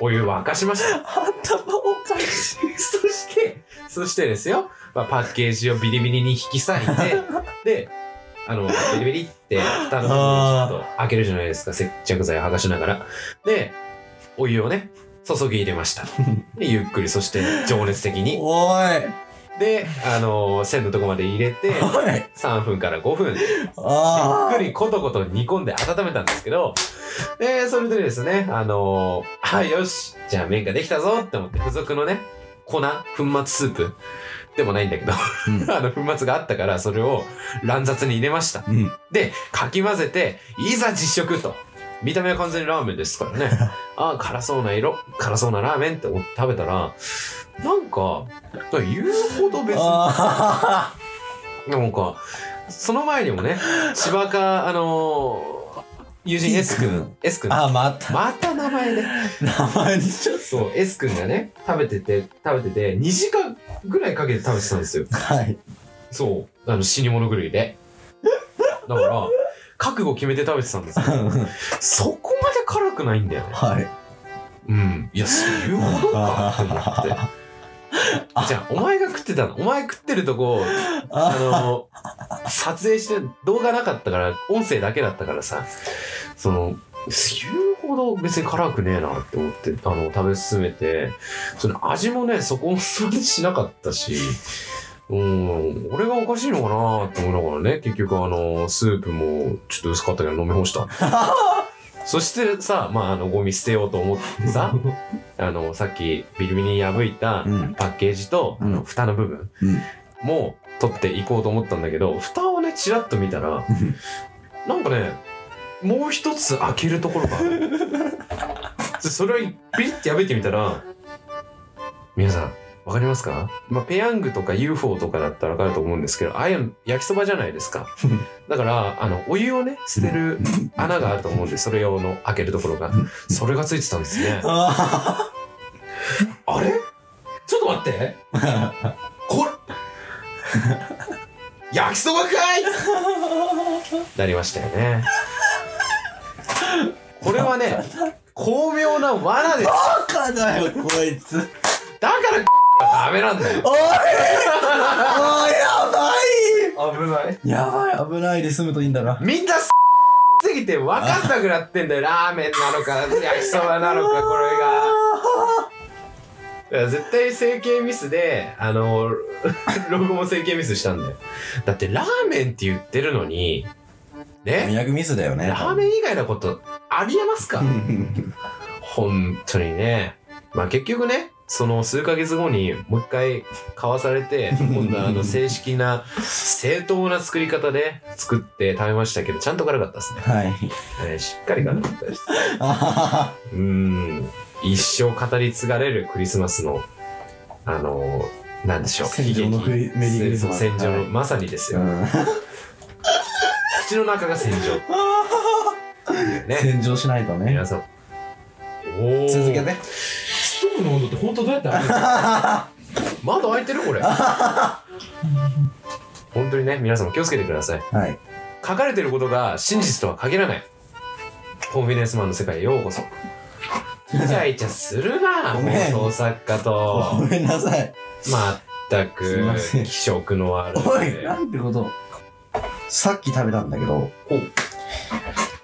[SPEAKER 1] お湯沸かしました。
[SPEAKER 2] 頭おかしい。
[SPEAKER 1] そして、そしてですよ、まあ、パッケージをビリビリに引き裂いて、で、あの、ビリビリって、蓋の方をちょっと開けるじゃないですか、接着剤を剥がしながら。で、お湯をね、注ぎ入れました。でゆっくり、そして情熱的に。
[SPEAKER 2] おい。
[SPEAKER 1] で、あの、線のとこまで入れ
[SPEAKER 2] <laughs>
[SPEAKER 1] て、
[SPEAKER 2] おい。
[SPEAKER 1] 3分から5分、
[SPEAKER 2] あ
[SPEAKER 1] ゆっ
[SPEAKER 2] あ
[SPEAKER 1] く。りコトコト煮込んで温めたんですけど、で、それでですね、あのー、あ、よし、じゃあ麺ができたぞって思って、付属のね、粉、粉末スープでもないんだけど、
[SPEAKER 2] う
[SPEAKER 1] <laughs> あの、粉末があったから、それを乱雑に入れました。
[SPEAKER 2] うん。
[SPEAKER 1] で、かき混ぜて、いざ実食と。見た目は完全にラーメンです
[SPEAKER 2] <laughs>
[SPEAKER 1] からね。あー辛そうな色、辛そうなラーメンって思って食べたら、なんか、言うほど別に
[SPEAKER 2] あ
[SPEAKER 1] なんか、その前にもね、芝か、あのー、友人 S 君、S 君。
[SPEAKER 2] あ、また。
[SPEAKER 1] また名前ね。
[SPEAKER 2] 名前にしちゃっ
[SPEAKER 1] そう、S 君がね、食べてて、食べてて、2時間ぐらいかけて食べてたんですよ。
[SPEAKER 2] た。はい。
[SPEAKER 1] そう、あの、死に物狂いで。だから、覚悟決めて食べてたんですよ。そこまで辛くないんだよね。
[SPEAKER 2] はい。
[SPEAKER 1] うん。いや、そういうことかって思って。じゃあ、お前が食ってたの。お前食ってるとこ、あ
[SPEAKER 2] あ
[SPEAKER 1] の、撮影して動画なかったから、音声だけだったからさ、その、言うほど別に辛くねえなって思って、あの、食べ進めて、その味もね、そこまでしなかったし、うん、俺がおかしいのかなって思いながらね、結局あの、スープもちょっと薄かったけど飲み干した。そしてさ、まあ、あの、ゴミ捨てようと思ってさ、あの、さっきビリビリに破いた
[SPEAKER 2] うん
[SPEAKER 1] パッケージと、
[SPEAKER 2] うん
[SPEAKER 1] あの蓋の部分
[SPEAKER 2] うん
[SPEAKER 1] も取っていこうと思ったんだけど、蓋をね、ちらっと見たら、なんかね、もう一つ開けるところがあ
[SPEAKER 2] <laughs>
[SPEAKER 1] る。でそれをピリッて破いてみたら、皆さん、わかりますかまあ、ペヤングとか UFO とかだったらわかると思うんですけど、ああいう焼きそばじゃないですか。だから、あの、お湯をね、捨てる穴があると思うんで、それ用の開けるところが。それがついてたんですね。
[SPEAKER 2] あ
[SPEAKER 1] あれちょっと待って。これ、焼きそばかいなりましたよね。これはね、巧妙な罠です。
[SPEAKER 2] バカだよ、こいつ。
[SPEAKER 1] だから、はダメなんだよ。
[SPEAKER 2] おいおい、やば
[SPEAKER 5] 危ない。
[SPEAKER 2] いやばい、危ないで済むといいんだな。
[SPEAKER 1] みんな、すぎて分かんなくなってんだよ。ラーメンなのか、焼きそばなのか、これが。いや絶対整形ミスで、あの、 <laughs> ロゴも整形ミスしたんだよ。だって、ラーメンって言ってるのに、ね
[SPEAKER 2] 宮ミスだよね。
[SPEAKER 1] ラーメン以外のことありえますか
[SPEAKER 2] ン。
[SPEAKER 1] 本当にね。まあ結局ね、その数ヶ月後にもう一回買わされて、今度はあの正式な正当な作り方で作って食べましたけど、ちゃんと辛かったですね。
[SPEAKER 2] はい。
[SPEAKER 1] えーしっかり辛かったです。
[SPEAKER 2] あはは
[SPEAKER 1] うーん。一生語り継がれるクリスマスの、あのー、なんでしょう。
[SPEAKER 2] 戦場の
[SPEAKER 1] 悲劇
[SPEAKER 2] メリークリスマス
[SPEAKER 1] そう戦場の、
[SPEAKER 2] はい
[SPEAKER 1] まさにですよ。
[SPEAKER 2] は
[SPEAKER 1] 口の中が戦
[SPEAKER 2] <laughs>
[SPEAKER 1] 場。ね。
[SPEAKER 2] <laughs> 洗浄しないとね。
[SPEAKER 1] 皆さん。おー
[SPEAKER 2] 続けて。
[SPEAKER 1] ストーブの温度って本当どうやって開
[SPEAKER 2] <laughs>
[SPEAKER 1] けるの窓開いてるこれ本当にね皆さんも気をつけてください
[SPEAKER 2] はい。
[SPEAKER 1] 書かれてることが真実とは限らないコンフィデンスマンの世界へようこそイチャイチャするな
[SPEAKER 2] ごめん
[SPEAKER 1] 放送作家
[SPEAKER 2] ご
[SPEAKER 1] と
[SPEAKER 2] めんなさい。
[SPEAKER 1] まった
[SPEAKER 2] すい
[SPEAKER 1] く
[SPEAKER 2] ません
[SPEAKER 1] 気色の悪
[SPEAKER 2] おい、
[SPEAKER 1] い
[SPEAKER 2] なんてことをさっき食べたんだけど、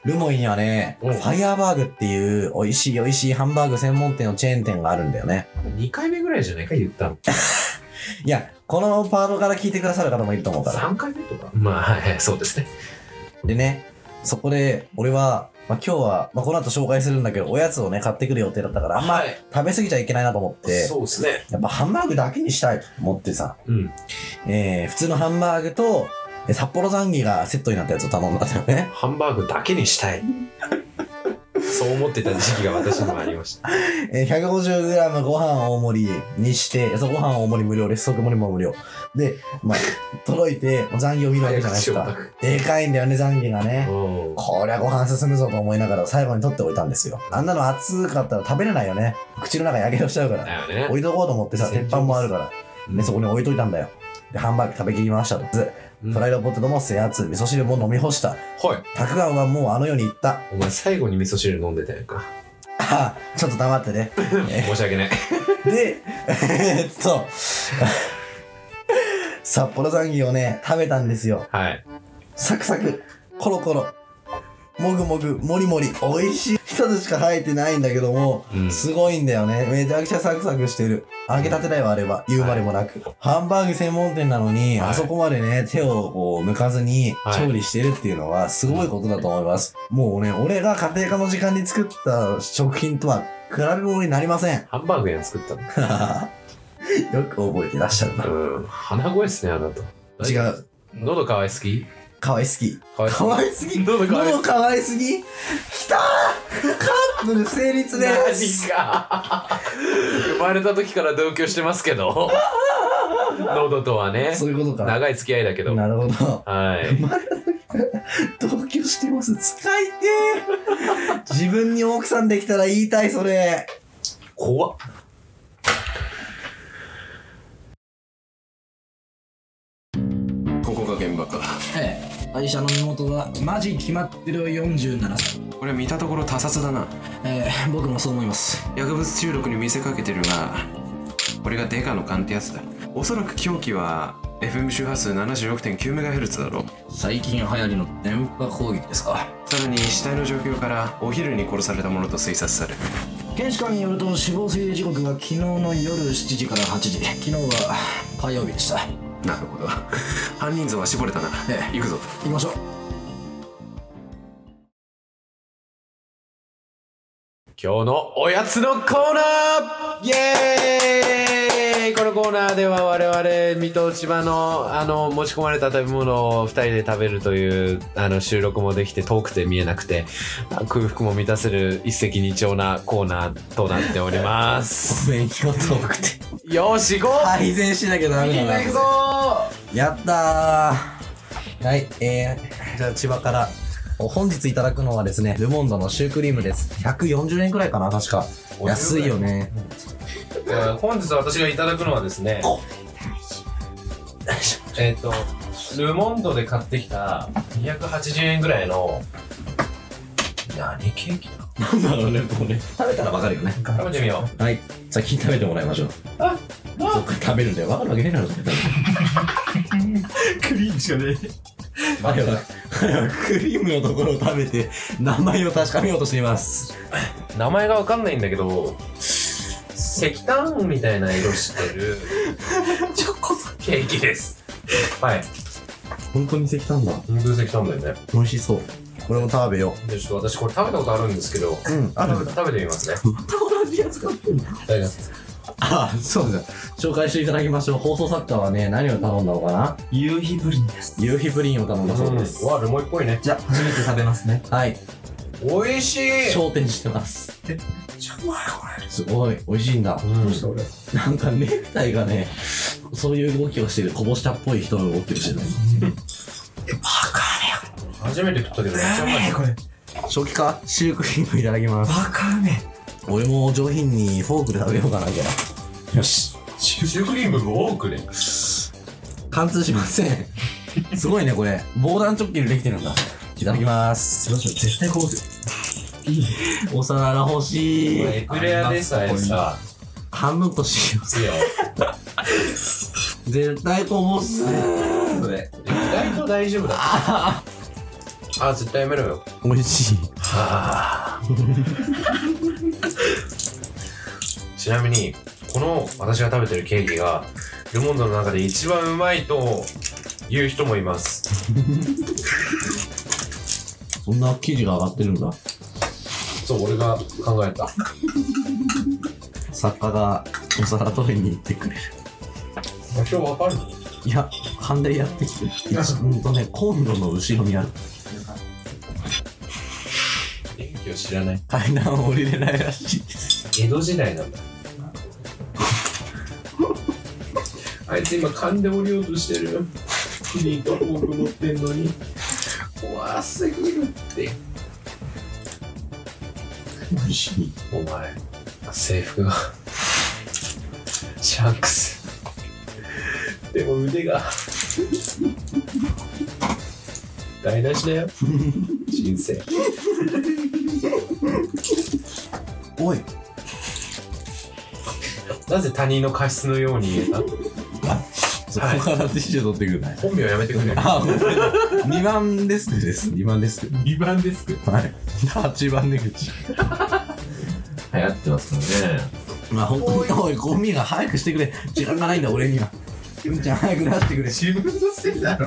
[SPEAKER 2] ルモイにはね、フ
[SPEAKER 1] お
[SPEAKER 2] ァイヤーバーグっていう美味しい美味しいハンバーグ専門店のチェーン店があるんだよね。
[SPEAKER 1] 2回目ぐらいじゃないか言ったの
[SPEAKER 2] いや、このパートから聞いてくださる方もいると思うから。
[SPEAKER 1] 3回目とかまあはいはいそうですね
[SPEAKER 2] でね、そこで、俺は、まあ、今日は、まあ、この後紹介するんだけど、おやつをね、買ってくる予定だったから、あんま
[SPEAKER 1] い
[SPEAKER 2] 食べ過ぎちゃいけないなと思って、
[SPEAKER 1] うですね
[SPEAKER 2] やっぱハンバーグだけにしたいと思ってさ、
[SPEAKER 1] うん
[SPEAKER 2] えー、普通のハンバーグと、え札幌ザンギがセットになったやつを頼んだんだよね。
[SPEAKER 1] ハンバーグだけにしたい <laughs> そう思ってた時期が私にもありま
[SPEAKER 2] <laughs>
[SPEAKER 1] した。
[SPEAKER 2] <laughs> えー 150g ご飯大盛りにして、そうご飯大盛り無料です。即盛りも無料。で、まあ、届いて、残業見るわけじゃないですか。でかいんだよね、残業がね。
[SPEAKER 1] おー
[SPEAKER 2] こりゃご飯進むぞと思いながら最後に取っておいたんですよ。あんなの熱かったら食べれないよね。口の中やけどしちゃうから。
[SPEAKER 1] だよね。
[SPEAKER 2] 置いとこうと思ってさ、鉄板もあるから。ね、そこに置いといたんだよ。で、ハンバーグ食べきりましたと。
[SPEAKER 1] うん
[SPEAKER 2] フライドポテトも制圧、味噌汁も飲み干した。
[SPEAKER 1] はい。
[SPEAKER 2] たくあんはもうあの世に行った。
[SPEAKER 1] お前最後に味噌汁飲んでたやんか。
[SPEAKER 2] ああ、ちょっと黙ってね。
[SPEAKER 1] 申し訳ない。
[SPEAKER 2] で、 <laughs> えーっと、 <laughs> 札幌残業をね、食べたんですよ。
[SPEAKER 1] はい。
[SPEAKER 2] サクサク、コロコロ、もぐもぐ、もりもり、美味しい。一つしか生えてないんだけども、
[SPEAKER 1] うん
[SPEAKER 2] すごいんだよね。めちゃくちゃサクサクしてる。揚げたてだよ、あれは。言うまでもなく。ハンバーグ専門店なのに、
[SPEAKER 1] はい
[SPEAKER 2] あそこまでね、手をこう、向かずに
[SPEAKER 1] はい
[SPEAKER 2] 調理してるっていうのは、すごいことだと思います。もうね、俺が家庭科の時間に作った食品とは比べ物になりません。 <laughs>
[SPEAKER 1] ハンバーグやん作ったの。
[SPEAKER 2] よく覚えてらっしゃるな。
[SPEAKER 1] うん。鼻声っすね、あなた。
[SPEAKER 2] 違。う。
[SPEAKER 1] 喉乾いすぎ
[SPEAKER 2] 可愛すぎ。
[SPEAKER 1] 乾いすぎ
[SPEAKER 2] 可愛すぎ。
[SPEAKER 1] 喉乾い
[SPEAKER 2] 喉可愛すぎ。きたーカップル成立です。
[SPEAKER 1] 何か <laughs> 生まれた時から同居してますけ
[SPEAKER 2] <laughs>
[SPEAKER 1] ど喉とはね
[SPEAKER 2] そういうことか。
[SPEAKER 1] 長い付き合いだけど
[SPEAKER 2] なるほど。
[SPEAKER 1] はい
[SPEAKER 2] 同居してます。使いてー自分に奥さんできたら言いたい、それ。
[SPEAKER 1] 怖っ
[SPEAKER 3] ここが現場か
[SPEAKER 6] ええ会社の妹がマジ決まってる47歳
[SPEAKER 3] これ見たところ他殺だな
[SPEAKER 6] ええ僕もそう思います
[SPEAKER 3] 薬物中毒に見せかけてるがこれがデカの勘ってやつだおそらく凶器は FM 周波数 76.9MHz だろう
[SPEAKER 6] 最近流行りの電波攻撃ですか
[SPEAKER 3] さらに死体の状況からお昼に殺されたものと推察される
[SPEAKER 6] 検視官によると死亡推定時刻は昨日の夜7時から8時昨日は火曜日でした
[SPEAKER 3] なるほど犯人像は絞れたな、
[SPEAKER 6] え
[SPEAKER 3] 行くぞ
[SPEAKER 6] 行きましょう
[SPEAKER 1] 今日のおやつのコーナーイエーイこのコーナーでは我々水戸千葉のあの持ち込まれた食べ物を2人で食べるというあの収録もできて遠くて見えなくて空腹も満たせる一石二鳥なコーナーとなっております
[SPEAKER 2] 勉強遠くて。
[SPEAKER 1] よし行こう
[SPEAKER 2] 改善しなきゃダメだな。
[SPEAKER 1] 行くぞ
[SPEAKER 2] やったーはい、えー、じゃあ千葉から。お本日いただくのはですね、ルモンドのシュークリームです。140円くらいかな、確か。安いよね。
[SPEAKER 1] えー本日私がいただくのはですねえっ、とルモンドで買ってきた280円ぐらいの何ケーキだ
[SPEAKER 2] なんだろうね、こうね。食べたらわかるよね。
[SPEAKER 1] 食べてみよ
[SPEAKER 2] はい、先に食べてもらいましょう。そっか、食べるんだよ。わかるわけねえだろ、クリームしかねえ。あれは、あれはクリームのところを食べて、名前を確かめようとしています。
[SPEAKER 1] う名前がわかんないんだけど石炭みたいな色してるケーキですはい
[SPEAKER 2] 本当に石炭だ。
[SPEAKER 1] 本当に石炭だよね
[SPEAKER 2] 美味しそう。これも食べよ
[SPEAKER 1] でちょっと私これ食べたことあるんですけど
[SPEAKER 2] う。うん、ある
[SPEAKER 1] 食べ食べてみますねまた同じやつ買って
[SPEAKER 2] ああ、そうだ。紹介していただきましょう。放送作家はね、何を頼んだのかな
[SPEAKER 5] 夕日ぶりです
[SPEAKER 2] 夕日プリンを頼んだそうです。
[SPEAKER 1] わルモイっぽいね
[SPEAKER 5] じゃあ初めて食べますね
[SPEAKER 2] はい、
[SPEAKER 1] 美味しい
[SPEAKER 2] 焦点してます。え、ちょ、うまいこれ。すごい、美味しいんだ。
[SPEAKER 1] うん
[SPEAKER 2] なんかネクタイがね、そういう動きをしてる、こぼしたっぽい人の動きをしてる。
[SPEAKER 1] 初めて食ったけどめっちゃうまい
[SPEAKER 5] これ
[SPEAKER 2] 正気かシュークリームいただきます。
[SPEAKER 5] バカうめえ
[SPEAKER 2] 俺も上品にフォークで食べようかな、じゃあよし。
[SPEAKER 1] シュークリームが多くね
[SPEAKER 2] 貫通しませ <laughs> ん。すごいね、これ。防弾チョッキでできてるんだ。いただきます。すいません、絶対こぼす。いい <laughs> お皿が欲しい。
[SPEAKER 1] エクレアでさえさ
[SPEAKER 2] 半分こしよ
[SPEAKER 1] 強いよ
[SPEAKER 2] う。絶対こぼす。
[SPEAKER 5] それ
[SPEAKER 1] 意外と大丈夫だあ絶対やめろよ
[SPEAKER 2] 美味しい。
[SPEAKER 1] ちなみにこの私が食べてるケーキがルモンドの中で一番うまいという人もいます
[SPEAKER 2] そんな生地が上がってるんだ。
[SPEAKER 1] そう俺が考えた
[SPEAKER 2] 作家がお皿取りに行ってくれる。
[SPEAKER 1] 今日わかる
[SPEAKER 2] いや、勘でやってきてる。うんとね、コンロの後ろにある。
[SPEAKER 1] 電気を調知らない
[SPEAKER 2] 階段を降りれないらしい。
[SPEAKER 1] 江戸時代なんだあいつ今噛んで降りようとしてるよキリンとフォーク持ってんのに怖すぎるってお前制服がシャンクスでも腕が台無しだよ人生
[SPEAKER 2] おい、
[SPEAKER 1] なぜ他人の過失のように言えた
[SPEAKER 2] そこからティッシュ取ってくるね。
[SPEAKER 1] 本名やめてくれ
[SPEAKER 2] あ、2番デスクです。2番デスク。
[SPEAKER 1] 2番デスク
[SPEAKER 2] はい。8番出口。
[SPEAKER 1] 流行ってますからね
[SPEAKER 2] まあ本当に、おい、ゴミが早くしてくれ。時間がないんだ、俺には。うんちゃん早く出してくれ。
[SPEAKER 1] 自分のせいだろ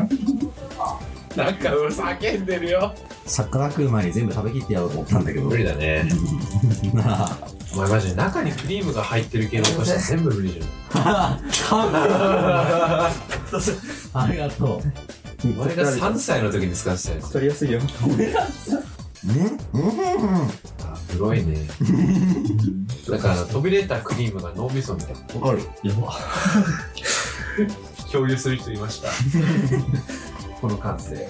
[SPEAKER 1] なんか叫んでるよ
[SPEAKER 2] 桜食う前に全部食べきってやろうと思ったんだけど。
[SPEAKER 1] 無理だね
[SPEAKER 2] なあ。
[SPEAKER 1] お前マジで中にクリームが入ってる系のお菓子は全部無理じゃ
[SPEAKER 2] ありがと
[SPEAKER 1] ん俺が3歳の時に使ってたやつ
[SPEAKER 5] 取りやすいよ。
[SPEAKER 2] う。うんうん。
[SPEAKER 1] あ黒い
[SPEAKER 2] <laughs>
[SPEAKER 1] ねだから飛び出たクリームが脳みそみたいな
[SPEAKER 2] わかる。 <laughs>
[SPEAKER 1] 共有する人いましたこの感性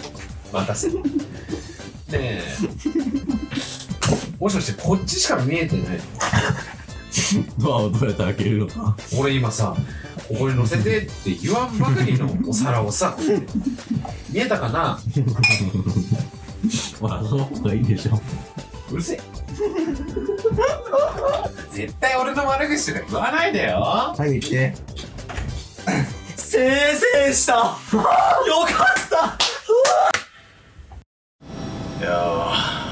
[SPEAKER 1] 任せねえもしかしてこっちしか見えてない
[SPEAKER 2] ドアをどうやって開けるのか。
[SPEAKER 1] 俺今さここに乗せてって言わんばかりのお皿をさ見えたか
[SPEAKER 2] <laughs>
[SPEAKER 1] な
[SPEAKER 2] まあ、その方がいいでしょ。
[SPEAKER 1] うるせえ絶対俺の悪口とか言わないでよ
[SPEAKER 2] はい、行って。
[SPEAKER 3] いや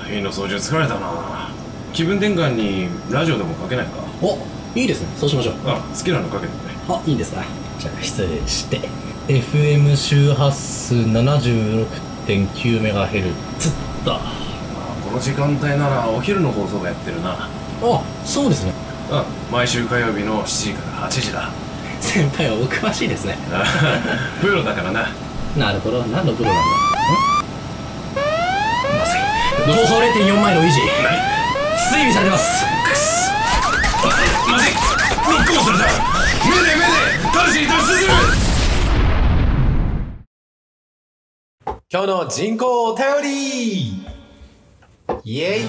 [SPEAKER 3] ー、いいの操縦疲れたな。気分転換にラジオでもかけないか。
[SPEAKER 6] おいいですねそうしましょう
[SPEAKER 3] あ、好きなのかけてくれ。
[SPEAKER 6] あいいんですかじゃあ失礼して FM 周波数 76.9MHz だ
[SPEAKER 3] あこの時間帯ならお昼の放送がやってるな。
[SPEAKER 6] あそうですね
[SPEAKER 3] うん、毎週火曜日の7時から8時だ。
[SPEAKER 6] 先輩はお詳しいですね
[SPEAKER 3] プロだからな。
[SPEAKER 6] なるほど何のプロなんだまずい上昇0.4マイルを維持追尾されてます
[SPEAKER 3] まずいロックをされた目で目で直ちに脱出する
[SPEAKER 1] 今日の人口お便りイエイ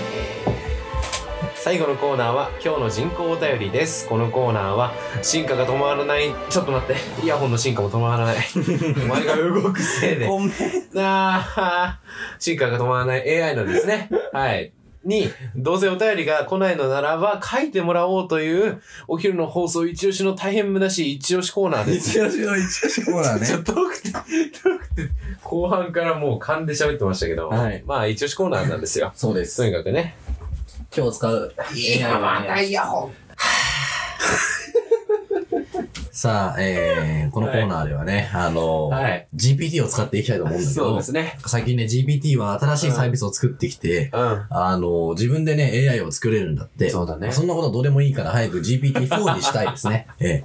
[SPEAKER 1] 最後のコーナーは今日の人口お便りですこのコーナーは進化が止まらないちょっと待ってイヤホンの進化も止まらない <laughs> お前が動くせいで
[SPEAKER 2] ん
[SPEAKER 1] なあ、進化が止まらない AI のですね。はい。に、どうせお便りが来ないのならば書いてもらおうという、お昼の放送一押しの大変無駄しい一押しコーナーです。
[SPEAKER 2] 一押しの一押しコーナーね
[SPEAKER 1] <laughs> ちょ。っと遠くて、遠くて、後半からもう勘で喋ってましたけど、
[SPEAKER 2] はい
[SPEAKER 1] まあ一押しコーナーなんですよ。 <laughs>
[SPEAKER 2] そうで
[SPEAKER 1] と。にかくね。
[SPEAKER 6] 今日使う AI はね
[SPEAKER 1] イヤホン
[SPEAKER 2] さあ、えー、このコーナーではね、あのー
[SPEAKER 1] はい。
[SPEAKER 2] GPT を使っていきたいと思うんだけ
[SPEAKER 1] そう
[SPEAKER 2] ど
[SPEAKER 1] で、すね。
[SPEAKER 2] 最近ね、GPT は新しいサービスを作ってきて、
[SPEAKER 1] うん。
[SPEAKER 2] あのー自分でね、AI を作れるんだって。
[SPEAKER 1] そうだね
[SPEAKER 2] そんなことどうでもいいから早く GPT-4 にしたいですね。 <laughs> え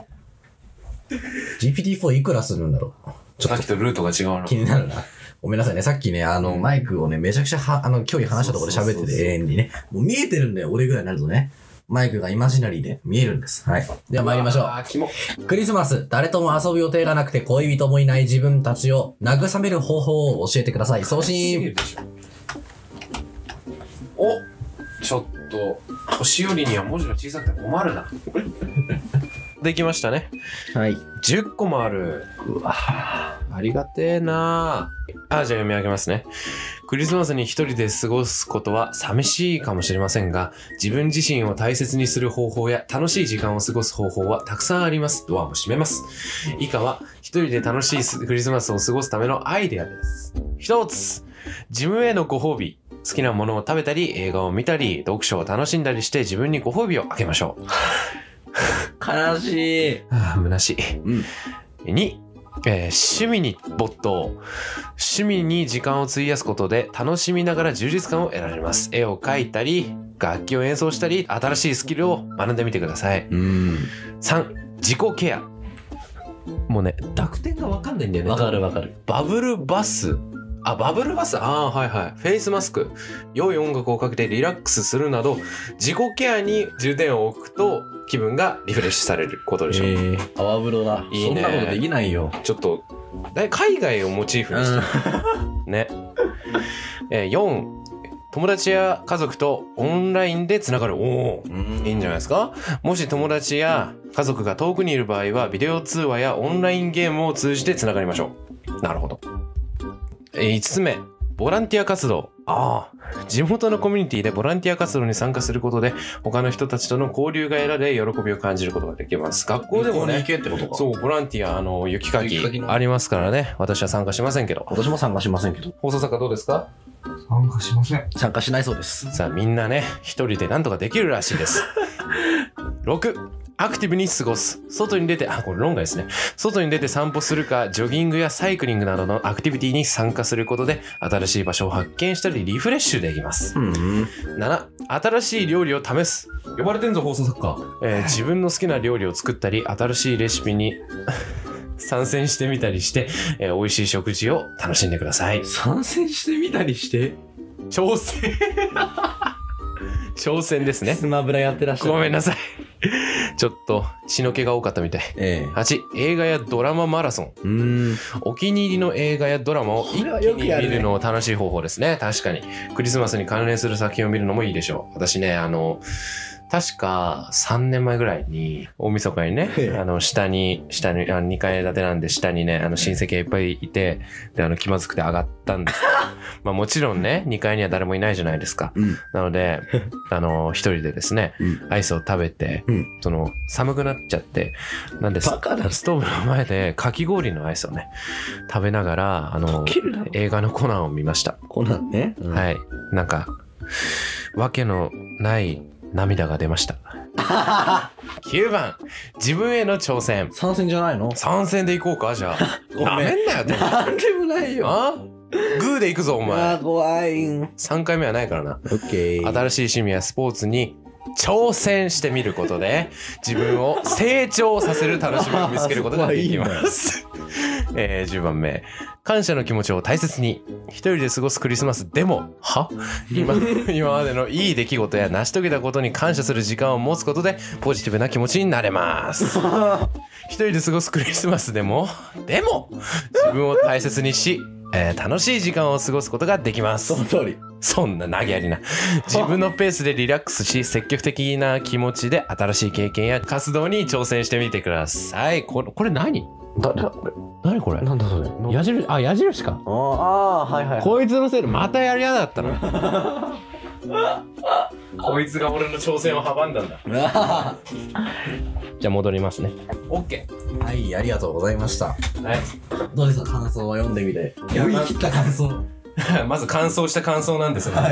[SPEAKER 2] え。GPT-4 いくらするんだろう
[SPEAKER 1] さっきとルートが違うの
[SPEAKER 2] 気。になるな。ごめんなさいね。さっきね、あの、マイクをね、めちゃくちゃは、あの、距離離したところで喋ってて、永遠にね。もう見えてるんだよ、俺ぐらいになるとね。マイクがイマジナリーで見えるんです。はい。では参りましょう。
[SPEAKER 1] あー、キモ。
[SPEAKER 2] クリスマス、誰とも遊ぶ予定がなくて恋人もいない自分たちを慰める方法を教えてください。送信。
[SPEAKER 1] おちょっと年寄りには文字が小さくて困るな <laughs> できましたね
[SPEAKER 2] はい。
[SPEAKER 1] 10個もあるうわありがてえなあじゃあ読み上げますねクリスマスに一人で過ごすことは寂しいかもしれませんが自分自身を大切にする方法や楽しい時間を過ごす方法はたくさんありますドアも閉めます以下は一人で楽しいすクリスマスを過ごすためのアイデアです一つ自分へのご褒美好きなものを食べたり映画を見たり読書を楽しんだりして自分にご褒美をあげましょう
[SPEAKER 2] 悲しい。
[SPEAKER 1] ああ、 <laughs> 虚しい。
[SPEAKER 2] うん
[SPEAKER 1] 2、えー趣味に没頭。趣味に時間を費やすことで楽しみながら充実感を得られます。絵を描いたり、楽器を演奏したり、新しいスキルを学んでみてください。
[SPEAKER 2] うん。
[SPEAKER 1] 3、自己ケア。もうね、濁点がわかんないんだよね。
[SPEAKER 6] わかるわかる
[SPEAKER 1] バブルバスあ、バブルバス、ああ、はいはい。フェイスマスク。良い音楽をかけてリラックスするなど、自己ケアに重点を置くと気分がリフレッシュされることでしょう。
[SPEAKER 8] えー、泡風呂だ
[SPEAKER 1] いいね
[SPEAKER 8] そんなことできないよ
[SPEAKER 1] ちょっと、だい海外をモチーフにしてる。ね。えー、4、友達や家族とオンラインでつながる。おお、いいんじゃないですかもし友達や家族が遠くにいる場合は、ビデオ通話やオンラインゲームを通じてつながりましょう。なるほど。えー、5つ目、ボランティア活動。ああ、地元のコミュニティでボランティア活動に参加することで、他の人たちとの交流が得られ、喜びを感じることができます。学校でもね、
[SPEAKER 9] けってことか
[SPEAKER 1] そう、ボランティア、あの、雪かき
[SPEAKER 9] 雪かきの
[SPEAKER 1] ありますからね。私は参加しませんけど。
[SPEAKER 2] 私も参加しませんけど。
[SPEAKER 1] 放送作家どうですか
[SPEAKER 5] 参加しません。
[SPEAKER 2] 参加しないそうです。
[SPEAKER 1] さあ、みんなね、一人でなんとかできるらしい
[SPEAKER 10] <laughs>
[SPEAKER 1] です。6、アクティブに過ごす。外に出て、あ、これ論外ですね。外に出て散歩するか、ジョギングやサイクリングなどのアクティビティに参加することで、新しい場所を発見したり、リフレッシュできます。7、新しい料理を試す。
[SPEAKER 10] 呼ばれてんぞ、放送作家。
[SPEAKER 1] えー自分の好きな料理を作ったり新しいレシピに <laughs> 参戦してみたりして、えー美味しい食事を楽しんでください
[SPEAKER 9] 参戦してみたりして
[SPEAKER 1] 挑戦挑戦ですね
[SPEAKER 8] スマブラやってらっしゃる
[SPEAKER 1] ごめんなさいちょっと血の気が多かったみたい
[SPEAKER 8] え
[SPEAKER 1] 8映画やドラママラソン
[SPEAKER 8] えうん
[SPEAKER 1] お気に入りの映画やドラマを一気に見るのを楽しい方法ですね。確かに。クリスマスに関連する作品を見るのもいいでしょう。私ね、あの、確か3年前ぐらいに、大晦日にね
[SPEAKER 8] ええ、
[SPEAKER 1] あの、下に、下に、あの2階建てなんで下にね、あの、親戚がいっぱいいて、で、あの、気まずくて上がったん
[SPEAKER 8] <laughs>
[SPEAKER 1] ですけどまあもちろんね、2階には誰もいないじゃないですか。
[SPEAKER 8] うん
[SPEAKER 1] なので、あの、一人でですね、
[SPEAKER 8] う
[SPEAKER 1] アイスを食べて、
[SPEAKER 8] うん
[SPEAKER 1] その、寒くなっちゃって、なんです
[SPEAKER 8] バカだ
[SPEAKER 1] ストーブの前でかき氷のアイスをね食べながらあの
[SPEAKER 8] 切るだろ
[SPEAKER 1] 映画のコナンを見ました、
[SPEAKER 8] こんなんね、うん
[SPEAKER 1] はいなんかわけのない涙が出ました
[SPEAKER 8] <laughs>
[SPEAKER 1] 9番自分への挑戦
[SPEAKER 8] 参戦じゃないの
[SPEAKER 1] 参戦でいこうかじゃあ
[SPEAKER 8] <laughs> ご
[SPEAKER 1] なめ
[SPEAKER 8] ん
[SPEAKER 1] んなよって
[SPEAKER 8] なんでもないよ
[SPEAKER 1] あグーでいくぞお
[SPEAKER 8] うわ
[SPEAKER 1] 前
[SPEAKER 8] ー怖いんオ
[SPEAKER 1] 3回目はないからな
[SPEAKER 8] ッケー
[SPEAKER 1] 新しい趣味やスポーツに挑戦してみることで自分を成長させる楽しみを見つけることがで
[SPEAKER 8] <laughs>
[SPEAKER 1] きます。えー10番目感謝の気持ちを大切に一人で過ごすクリスマスでもは
[SPEAKER 8] <laughs>
[SPEAKER 1] 今今までのいい出来事や成し遂げたことに感謝する時間を持つことでポジティブな気持ちになれます
[SPEAKER 8] <laughs>
[SPEAKER 1] 一人で過ごすクリスマスでもでも自分を大切にし、えー楽しい時間を過ごすことができます
[SPEAKER 8] その通り
[SPEAKER 1] そんな投げやりな。 <laughs> 自分のペースでリラックスし、積極的な気持ちで新しい経験や活動に挑戦してみてください。これ、これ何だ、だ、これ、何これ
[SPEAKER 8] なんだそれ
[SPEAKER 1] 矢印、あ、矢印か。
[SPEAKER 8] ああはいはい
[SPEAKER 1] こいつのせいでまたやりやだったな。 <laughs> こいつが俺の挑戦を阻ん
[SPEAKER 8] <laughs>
[SPEAKER 1] だんだ。じゃあ戻りますね。オッケー。
[SPEAKER 2] はい、ありがとうございました。
[SPEAKER 1] はい。
[SPEAKER 8] どうですか感想は読んでみて
[SPEAKER 2] やり切った感想。
[SPEAKER 1] <laughs> まず感想した感想なんですが、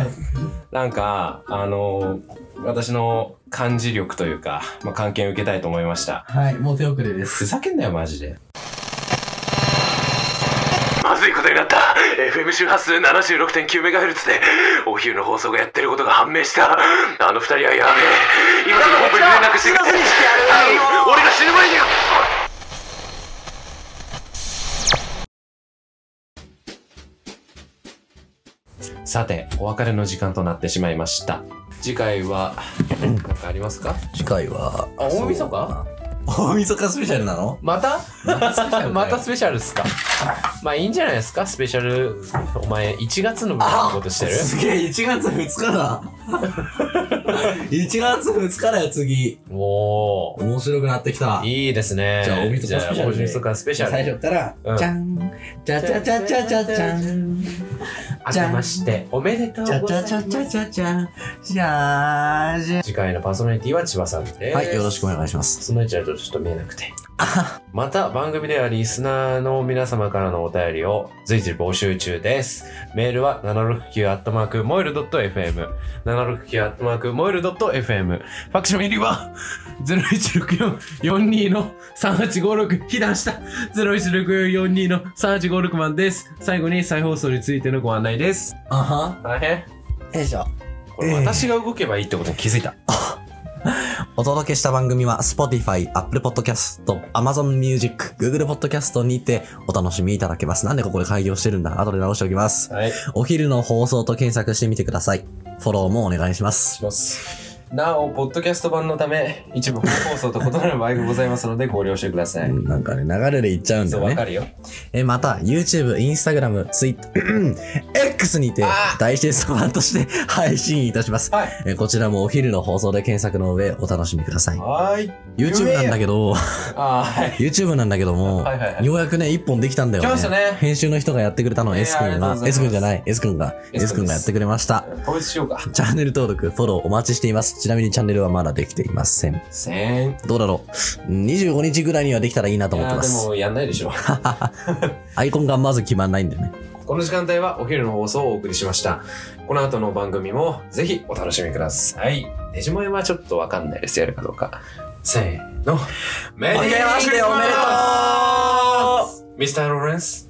[SPEAKER 1] なんか、あの私の感じ力というか、まあ、関係を受けたいと思いました。
[SPEAKER 2] はい、もう手遅れです。
[SPEAKER 1] ふざけんなよ、マジで。
[SPEAKER 10] まずいことになった FM 周波数 76.9MHz でお昼の放送がやってることが判明したあの二人はやべえ今すぐ本部に連絡してくれ俺が死ぬ前に
[SPEAKER 1] さて、お別れの時間となってしまいました。次回は、何かありますか
[SPEAKER 2] 次回は、
[SPEAKER 1] あ大晦日
[SPEAKER 2] 大晦日スペシャルなの
[SPEAKER 1] また
[SPEAKER 2] ル
[SPEAKER 1] またスペシャルですかまあいいんじゃないですかスペシャル、お前1月の分のことしてる
[SPEAKER 2] すげえ、1月2日だ。1月2日だよ、次。
[SPEAKER 1] おー。
[SPEAKER 2] 面白くなってきた。
[SPEAKER 1] いいですね。
[SPEAKER 2] じゃあ大晦日スペシ
[SPEAKER 1] じゃ
[SPEAKER 2] ャルで
[SPEAKER 1] あ大晦日スペシャ
[SPEAKER 2] 最
[SPEAKER 1] ル。
[SPEAKER 2] 初から、
[SPEAKER 1] うん
[SPEAKER 2] じゃん、じゃじゃじゃじゃじゃじゃん、じ
[SPEAKER 1] 明けまして、おめでとうござ
[SPEAKER 2] ゃ
[SPEAKER 1] い
[SPEAKER 2] じ
[SPEAKER 1] ま
[SPEAKER 2] ゃじ
[SPEAKER 1] す。
[SPEAKER 2] ゃじゃじゃじゃん、じゃーじゃ
[SPEAKER 1] 次回のパーソナリティは千葉さんです。
[SPEAKER 2] はい、よろしくお願いします。
[SPEAKER 1] その位置だとちょっと見えなくて。また番組ではリスナーの皆様からのお便りを随時募集中です。メールは 769-moil.fm。769-moil.fm。ファクション入りは0164-42の3856被弾した0164-42の3856番です。最後に再放送についてのご案内です。
[SPEAKER 2] あは。
[SPEAKER 1] 大変
[SPEAKER 2] よいしょ。
[SPEAKER 1] これ私が動けばいいってことに気づいた。
[SPEAKER 2] お届けした番組は Spotify、Apple Podcast、Amazon Music、Google Podcast にてお楽しみいただけます。なんでここで開業してるんだ後で直しておきます。
[SPEAKER 1] はい。
[SPEAKER 2] お昼の放送と検索してみてください。フォローもお願いします。
[SPEAKER 1] します。なお、ポッドキャスト版のため、一部本放送と異なる場合がございますので、ご了承ください。
[SPEAKER 2] なんかね、流れでいっちゃうんだ
[SPEAKER 1] そう、
[SPEAKER 2] よ
[SPEAKER 1] わ
[SPEAKER 2] ね。
[SPEAKER 1] かるよ。
[SPEAKER 2] えまた YouTube、Instagram、Twitter、X にて大テスト版として配信いたします、
[SPEAKER 1] は
[SPEAKER 2] えこちらもお昼の放送で検索の上お楽しみください
[SPEAKER 1] はーい。
[SPEAKER 2] YouTube なんだけど
[SPEAKER 1] あーはい。
[SPEAKER 2] YouTube なんだけども、
[SPEAKER 1] はいはいはい
[SPEAKER 2] ようやくね一本できたんだよね
[SPEAKER 1] 来ましたね
[SPEAKER 2] 編集の人がやってくれたの
[SPEAKER 1] えー
[SPEAKER 2] S 君
[SPEAKER 1] あ
[SPEAKER 2] が
[SPEAKER 1] りがとうございます
[SPEAKER 2] S 君じゃない S 君が
[SPEAKER 1] S
[SPEAKER 2] S 君がやってくれました
[SPEAKER 1] 統一しようか。
[SPEAKER 2] チャンネル登録、フォローお待ちしています。ちなみにチャンネルはまだできていません。
[SPEAKER 1] せん。い
[SPEAKER 2] どうだろう ?25 日ぐらいにはできたらいいなと思って
[SPEAKER 1] やーで
[SPEAKER 2] ま。
[SPEAKER 1] すも、やんないでしょ。
[SPEAKER 2] アイコンがまず決まんないんでね。
[SPEAKER 1] この時間帯はお昼の放送をお送りしました。この後の番組もぜひお楽しみください。デジモンはちょっとわかんないです。やるかどうか。せーの。メリークリスマス
[SPEAKER 2] 明けましておめでと
[SPEAKER 1] ミスター・ローレンス。